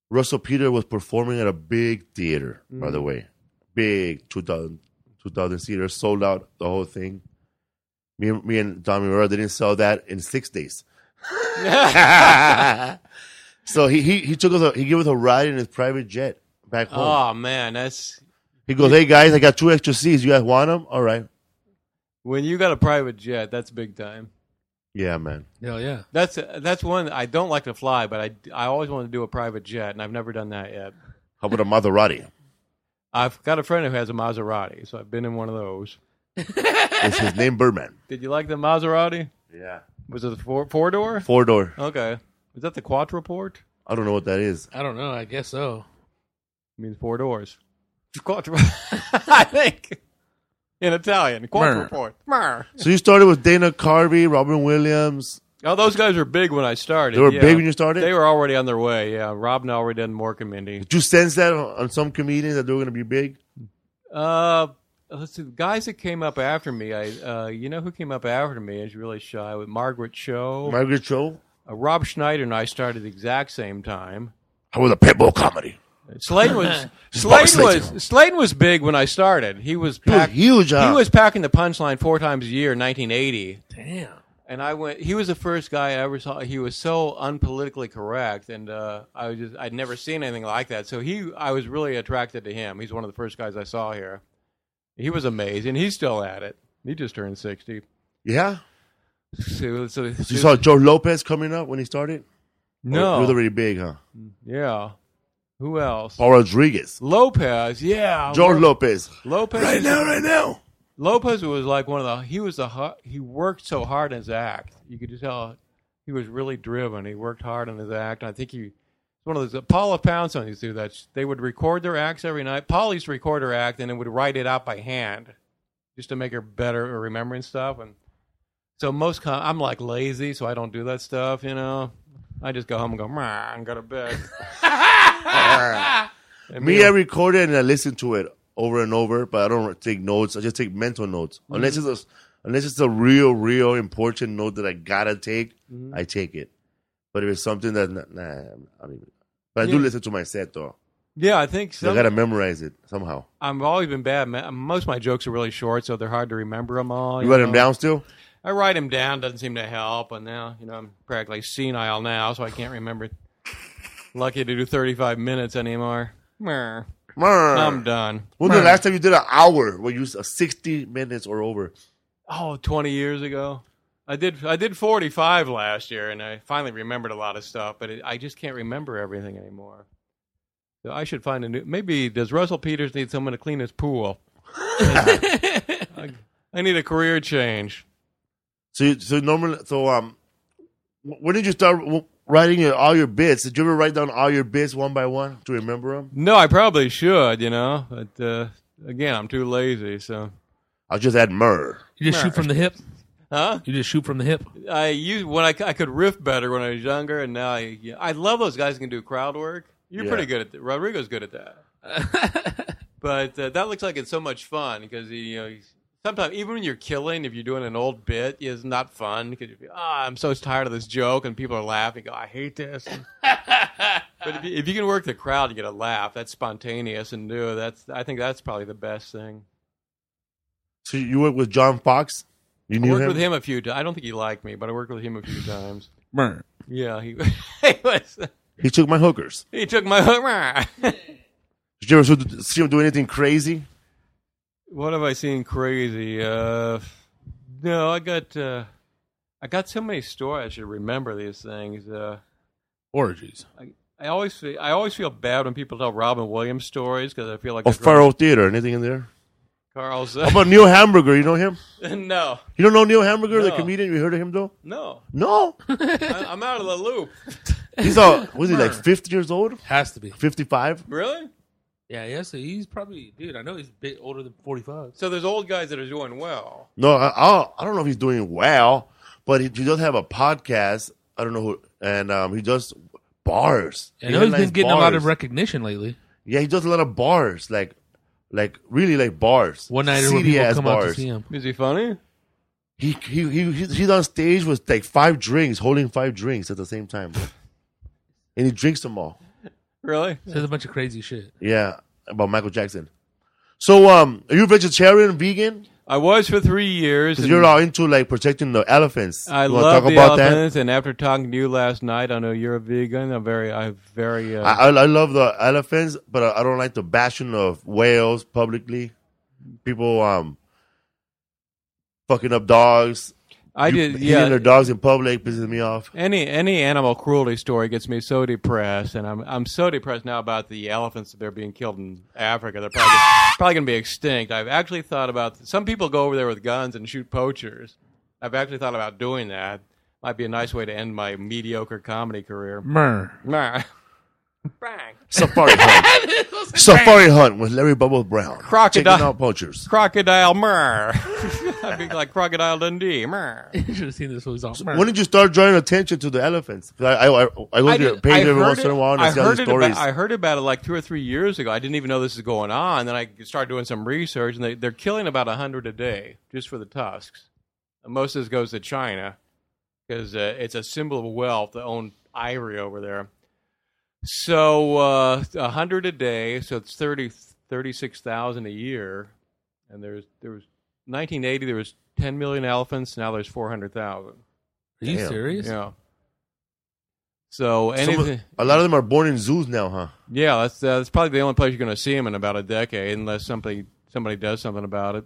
Russell Peter was performing at a big theater. By Mm. the way, big 2000, 2000 seater, sold out the whole thing. Me, and- me and Dom Herrera didn't sell that in six days. So he he, he took us a, he gave us a ride in his private jet back home. Oh man, that's He goes, "Hey guys, I got two extra seats. You guys want them? All right. when you got a private jet. That's big time. Yeah, man. Hell yeah. That's that's one I don't like to fly, but I I always wanted to do a private jet, and I've never done that yet. How about a Maserati? I've got a friend who has a Maserati, so I've been in one of those. It's his name, Birdman. Did you like the Maserati? Yeah, Was it the four four door? four door. Okay. Is that the quadruport? I don't know what that is. I don't know. I guess so. It means four doors. Quattro I think. In Italian. Quadruport. Mer. So you started with Dana Carvey, Robin Williams. Oh, those guys were big when I started. They were yeah. big when you started? They were already on their way, yeah. Robin already done more comedy. Did you sense that on on some comedians that they were going to be big? Uh, let's see. The guys that came up after me, I uh, you know who came up after me is really shy with Margaret Cho. Margaret Cho. uh, Rob Schneider and I started the exact same time. How was a pitbull comedy? Slade was Bobby Slade Slade's was Slade was big when I started. He was was pack- huge, huh? He was packing the punchline four times a year in 1980, Damn. and I went. He was the first guy I ever saw. He was so unpolitically correct, and uh, I was just I'd never seen anything like that. So he, I was really attracted to him. He's one of the first guys I saw here. He was amazing. He's still at it. He just turned 60. Yeah. So, so, So you saw George Lopez coming up when he started. no, he was already big, huh? yeah. Who else? Paul Rodriguez, Lopez, yeah. George Lopez. Lopez Right now, right now. Lopez was like one of the he was the hu- he worked so hard in his act. you could just tell he was really driven. He worked hard on his act. And I think he it's one of those Paula Poundstone used to do that. They would record their acts every night. Paula used to record her act and then would write it out by hand just to make her better at remembering stuff. And so most com- I'm like lazy, so I don't do that stuff. You know, I just go home and go "Meh," and go to bed. And Me, Mia- I record it and I listen to it over and over, but I don't take notes. I just take mental notes. Mm-hmm. Unless it's a, unless it's a real, real important note that I gotta take, Mm-hmm. I take it. But if it's something that nah, nah, I don't even. But I do Yeah. listen to my set though. yeah, I think So I so. gotta memorize it somehow. I've always been bad. ma- Most of my jokes are really short, so they're hard to remember them all. You write know. them down still? I write them down. Doesn't seem to help. And now, you know, I'm practically senile now, so I can't remember. Lucky to do 35 minutes anymore. Meh. I'm done. When was the last time you did an hour? Where you s- uh, sixty minutes or over? Oh, 20 years ago. I did I did 45 last year, and I finally remembered a lot of stuff, but it, I just can't remember everything anymore. So I should find a new. Maybe does Russell Peters need someone to clean his pool? I, I need a career change. So you, so normally so um, wh- when did you start w- writing your, all your bits? Did you ever write down all your bits one by one to remember them? No, I probably should, you know, but uh, again, I'm too lazy. So, I'll just add myrrh. You just shoot from the hip. huh? You just shoot from the hip. I used when I, c- I could riff better when I was younger, and now I yeah, I love those guys who can do crowd work. You're Yeah. pretty good at that. Rodrigo's good at that. but uh, that looks like it's so much fun because you know he's- sometimes even when you're killing, if you're doing an old bit, it's not fun because you're ah I'm so tired of this joke and people are laughing. You go, I hate this. but if you, if you can work the crowd, you get a laugh. That's spontaneous and new. That's I think that's probably the best thing. So you worked with John Fox. You I knew worked him. with him a few times. I don't think he liked me, but I worked with him a few times. Burn. Yeah, he, he was. He took my hookers. He took my hook. Did you ever see- see him do anything crazy? what have I seen crazy? Uh, no, I got uh, I got so many stories. I should remember these things. Uh, Orgies. I, I always feel, I always feel bad when people tell Robin Williams stories because I feel like Or they're drawing Oh, Faro Theater? Anything in there? Carl's. How about Neil Hamburger? You know him? no, You don't know Neil Hamburger, the No. comedian? You heard of him though? no, No. I, I'm out of the loop. He's a was he like fifty years old? Has to be. Fifty five? Really? Yeah, yeah. So he's probably, dude. I know he's a bit older than forty-five. So there's old guys that are doing well. No, I, I I don't know if he's doing well, but he, he does have a podcast. I don't know who, and um, he does bars. I He know he's been headlines getting a lot bars. of recognition lately. Yeah, he does a lot of bars, like like really like bars. One night when Seedy people ass come out to bars. see him. Is he funny? He he he he- he's on stage with like five drinks, holding five drinks at the same time, and he drinks them all. Really? Says a bunch of crazy shit. Yeah, about Michael Jackson. So um, are you vegetarian, vegan? I was for three years. Because and- you're all into like protecting the elephants. I You wanna love the elephants, and after talking to you last night, I know you're a vegan. I'm very, I'm very. Uh, I, I I love the elephants, but I, I don't like the bashing of whales publicly. People um fucking up dogs. I You- did, eating yeah. their dogs in public pisses me off. Any any animal cruelty story gets me so depressed, and I'm I'm so depressed now about the elephants that are being killed in Africa. They're probably probably going to be extinct. I've actually thought about some people go over there with guns and shoot poachers. I've actually thought about doing that. Might be a nice way to end my mediocre comedy career. Myrrh. Nah. Safari hunt. Safari hunt with Larry Bubbles Brown. Crocodile- Taking out poachers. Crocodile mer. I'd be like Crocodile Dundee mer. You should have seen this. When he's on. Myrrh. When did you start drawing attention to the elephants? 'Cause I, I, I, I go to your did- page every heard once in a it- while and I, I see all heard these it about, stories. I heard about it like two or three years ago. I didn't even know this is going on. Then I started doing some research, and they, they're killing about hundred a day just for the tusks. And most of this goes to China because uh, it's a symbol of wealth to own ivory over there. So uh, hundred a day, so it's 30, 36,000 a year. And there's there was nineteen eighty. There was ten million elephants. Now there's four hundred thousand. Are you Damn. serious? Yeah. So Some of- anything. a lot of them are born in zoos now, huh? Yeah, that's uh, that's probably the only place you're going to see him in about a decade, unless somebody somebody does something about it.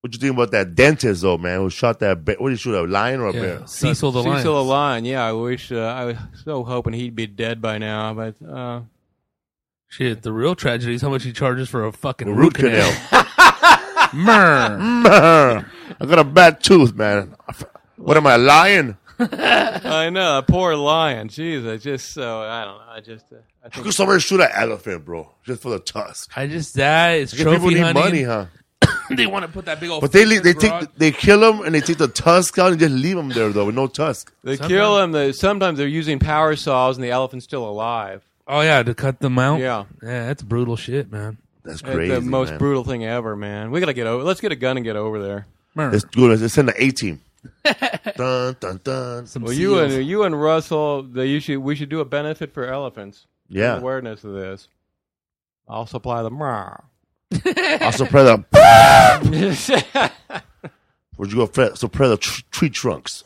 What you think about that dentist though, man? Who shot that? Bear? What did he shoot? A lion or a Yeah. bear? Cecil the Cecil lion. the Lion. Yeah, I wish uh, I was so hoping he'd be dead by now, but uh, Shit. The real tragedy is how much he charges for a fucking A root canal. Myrrh. I got a bad tooth, man. What am I lying? I know, a poor lion. Jeez, I just so I don't know. I just uh, I How think could somebody shoot an elephant, bro? Just for the tusk. I just that is Because people trophy need hunting. money, huh? They want to put that big old. But they fucking leave, they garage- take they kill them and they take the tusk out and just leave them there though with no tusk. they kill them. They, sometimes they're using power saws and the elephant's still alive. Oh yeah, to cut them out. Yeah. yeah, that's brutal shit, man. That's It's crazy. the most man. brutal thing ever, man. We gotta get over. Let's get a gun and get over there. Let's do it. Let's send the A team. dun dun dun. Some E Well, you seals. and you and Russell, they, you should we should do a benefit for elephants. Yeah. awareness of this. I'll supply them. Also, spread the. but Would you go spread spread the tr- tree trunks?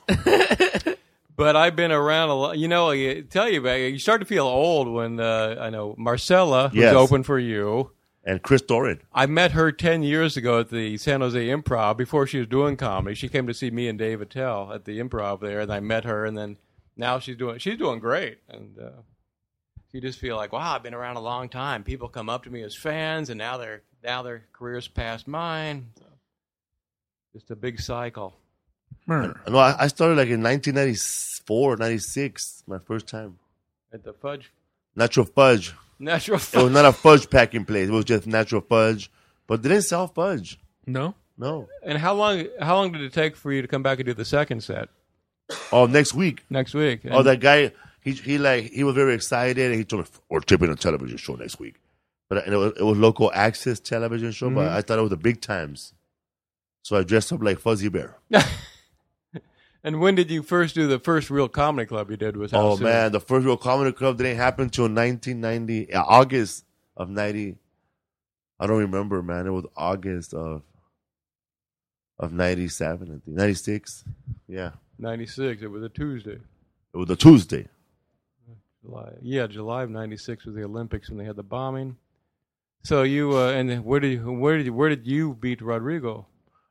I've been around a lot. You know, I tell you about you start to feel old when uh, I know Marcella was Yes. open for you. And Chris Doran. I met her ten years ago at the San Jose Improv before she was doing comedy. She came to see me and Dave Attell at the Improv there, and I met her. And then now she's doing she's doing great, and uh, you just feel like, wow, I've been around a long time. People come up to me as fans, and now their now their careers past mine. So, just a big cycle. Mer. No, I, I started like in 1994, 96, my first time. at the fudge Natural fudge. natural It was fudge. Oh, not a fudge packing place. It was just natural fudge, but they didn't sell fudge. No, No. and how long how long did it take for you to come back and do the second set Oh, next week. next week? Oh, that guy. He he like he was very excited. and He told me we're taping a television show next week, but and it was, it was local access television show. But I thought it was the big times, so I dressed up like Fuzzy Bear. and when did you first do the first real comedy club you did? Was how Oh soon? man, the first real comedy club didn't happen until 1990, uh, August of 90. I don't remember, man. It was August of of 97, I think 96. Yeah, ninety six. It was a Tuesday. it was a Tuesday. July. Yeah, July of '96 was the Olympics when they had the bombing. So you uh, and where did you, where did you, where did you beat Rodrigo?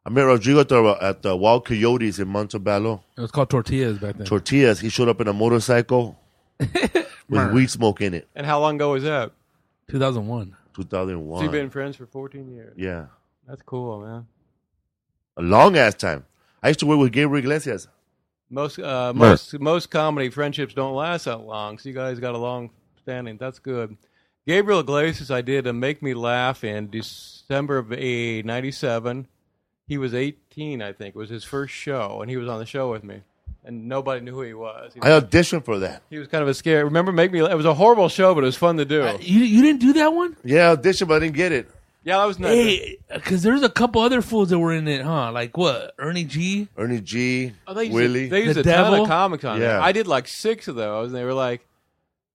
I met Rodrigo at the, at the Wild Coyotes in Montebello. it was called tortillas back then. tortillas. He showed up in a motorcycle with weed smoke in it. And how long ago was that? Two thousand one. So you've 2001. been friends for 14 years. yeah, That's cool, man. a long ass time. I used to work with Gabriel Iglesias. Most uh, most most comedy friendships don't last that long. So you guys got a long standing. That's good. Gabriel Iglesias, I did a Make Me Laugh in December of '97. He was 18, I think. It was his first show, and he was on the show with me, and nobody knew who he was. He I auditioned for that. He was kind of a scare. Remember, make me. It was a horrible show, but it was fun to do. Uh, You you didn't do that one? Yeah, I auditioned, but I didn't get it. yeah, that was nice. Hey, because there's a couple other fools that were in it, huh? Like what? Ernie G. Ernie G, Oh, they used Willie. A, they used The a ton devil? of comics on there. Yeah. I did like six of those, and they were like,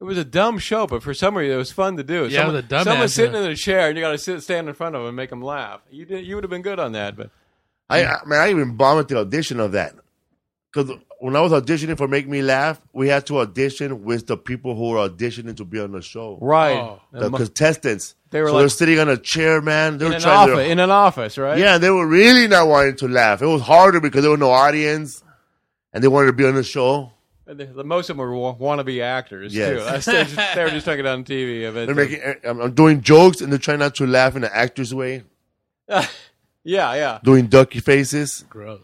it was a dumb show, but for some reason it was fun to do. Yeah, it someone, was a dumbass, someone's sitting yeah. in a chair, and you got to sit, stand in front of them and make them laugh. You did, you would have been good on that, but I, I man, I even bombed the audition of that because when I was auditioning for Make Me Laugh, we had to audition with the people who were auditioning to be on the show, right the contestants. They were so like- they're sitting on a chair, man. They in were an trying office, their in an office, right? Yeah, they were really not wanting to laugh. It was harder because there was no audience, and they wanted to be on the show. And the, the- most of them were wa- wannabe actors Yes. too. That's- they're just- they were just talking on TV. But They're making. I'm, I'm doing jokes, and they're trying not to laugh in the actor's way. yeah, yeah. Doing ducky faces. Gross.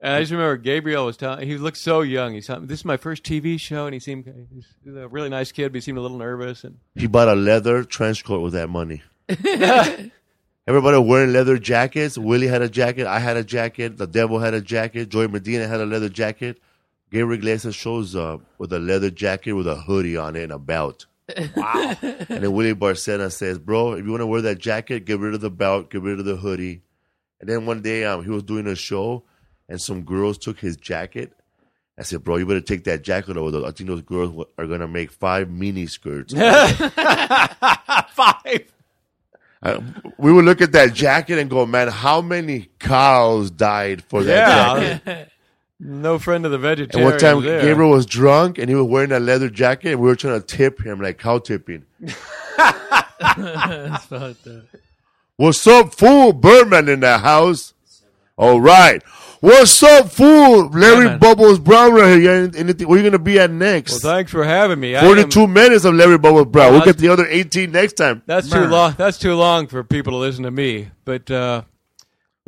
And I just remember Gabriel was telling. He looked so young. He's telling, this is my first TV show, and he seemed he's a really nice kid, but he seemed a little nervous. And He bought a leather trench coat with that money. Everybody wearing leather jackets. Willie had a jacket. I had a jacket. The devil had a jacket. Joy Medina had a leather jacket. Gabriel Iglesias shows up with a leather jacket with a hoodie on it and a belt. Wow. and then Willie Barcena says, Bro, if you want to wear that jacket, get rid of the belt, get rid of the hoodie. And then one day um, he was doing a show and some girls took his jacket. I said, Bro, you better take that jacket over. Those. I think those girls wa- are going to make five mini skirts. five. I- we would look at that jacket and go, man, how many cows died for that jacket? Yeah. no friend of the And vegetarian. one time, there. Gabriel was drunk and he was wearing a leather jacket, and we were trying to tip him like cow tipping. What's up, fool? Birdman in the house. All right. What's up, fool? Larry Yeah, man. Bubbles Brown right here. Any- Anything? Where you gonna be at Well, next? thanks for having me. I Forty-two am- minutes of Larry Bubbles Brown. We'll Well, get the other eighteen next time. that's too long. That's too long for people to listen to me. But uh,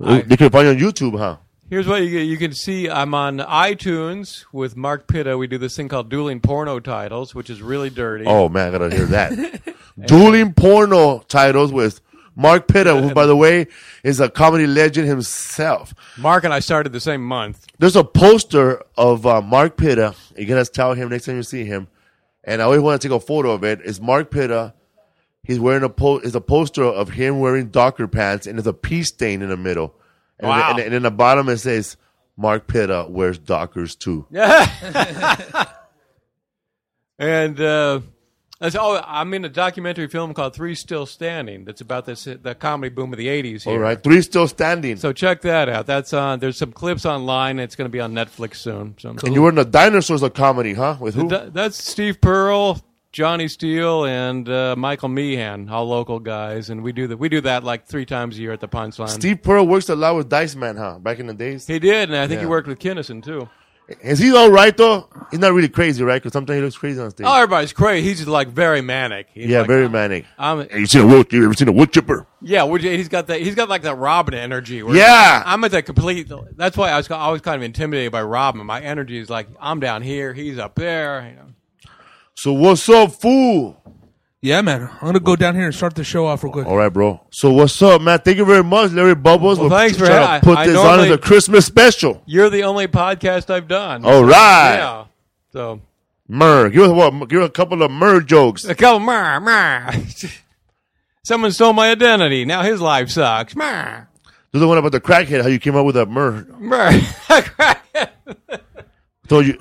they can find you on YouTube, huh? Here's what you, you can see. I'm on iTunes with Mark Pitta. We do this thing called dueling porno titles, which is really dirty. Oh man, I gotta hear that. Dueling porno titles with Mark Pitta, who by the way is a comedy legend himself. Mark and I started the same month. There's a poster of uh, Mark Pitta. You're gonna tell him next time you see him, and I always want to take a photo of it. It's Mark Pitta. He's wearing a po- is a poster of him wearing darker pants, and there's a pee stain in the middle. And, Wow. and, and in the bottom it says Mark Pitta wears Dockers too. And uh, that's, oh, I'm in a documentary film called Three Still Standing. That's about this the comedy boom of the '80s. Here. All right, three still standing. So check that out. That's on. There's some clips online. It's going to be on Netflix soon. So and you were in the dinosaurs of comedy, huh? With who? Th- that's Steve Pearl, Johnny Steele, and uh, Michael Meehan, all local guys, and we do that. We do that like three times a year at the Punchline. Steve Pearl works a lot with Dice Man, huh? Back in the days. he did, and I think he Yeah. worked with Kinnison too. Is he all right though? He's not really crazy, right? Because sometimes he looks crazy on stage. Oh, everybody's crazy. He's just like very manic. He's yeah, like, very manic. I'm, Hey, you seen a wood? You ever seen a wood chipper? yeah, would you- he's got that. He's got like that Robin energy. where- Yeah. I'm at the complete. That's why I was always kind of intimidated by Robin. My energy is like I'm down here, he's up there. You know. So what's up, fool? Yeah, man. I'm gonna go down here and start the show off real quick. All right, bro. So what's up, man? Thank you very much, Larry Bubbles. Well, thanks for trying having- to put I this on as normally- a Christmas special. You're the only podcast I've done. All Oh, right, yeah. So Mer, give us what? Give us a couple of Mer jokes. A couple, mer, mer. Someone stole my identity. Now his life sucks. Mer, Do the one about the crackhead. How you came up with a Mer? mer. Told you,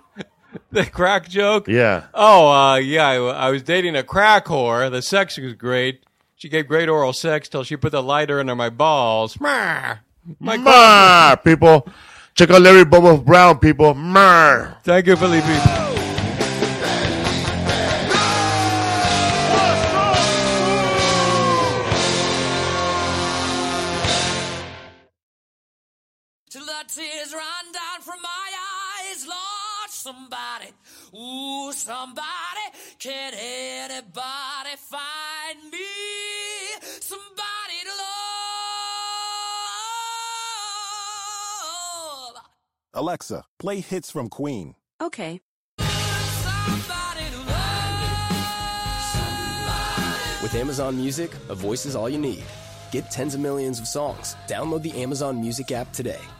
the crack joke. yeah. Oh, uh, yeah. I, I was dating a crack whore. The sex was great. She gave great oral sex till she put the lighter under my balls. Mer. My Mer, people. Check out Larry Bubbles Brown, people. Mer. Thank you, Felipe. Till the tears run down from my eyes, Lord, somebody, ooh, somebody, can anybody find me? Somebody to love, Alexa, play hits from Queen. Okay. somebody to love, somebody. With Amazon Music, a voice is all you need. Get tens of millions of songs. Download the Amazon Music app today.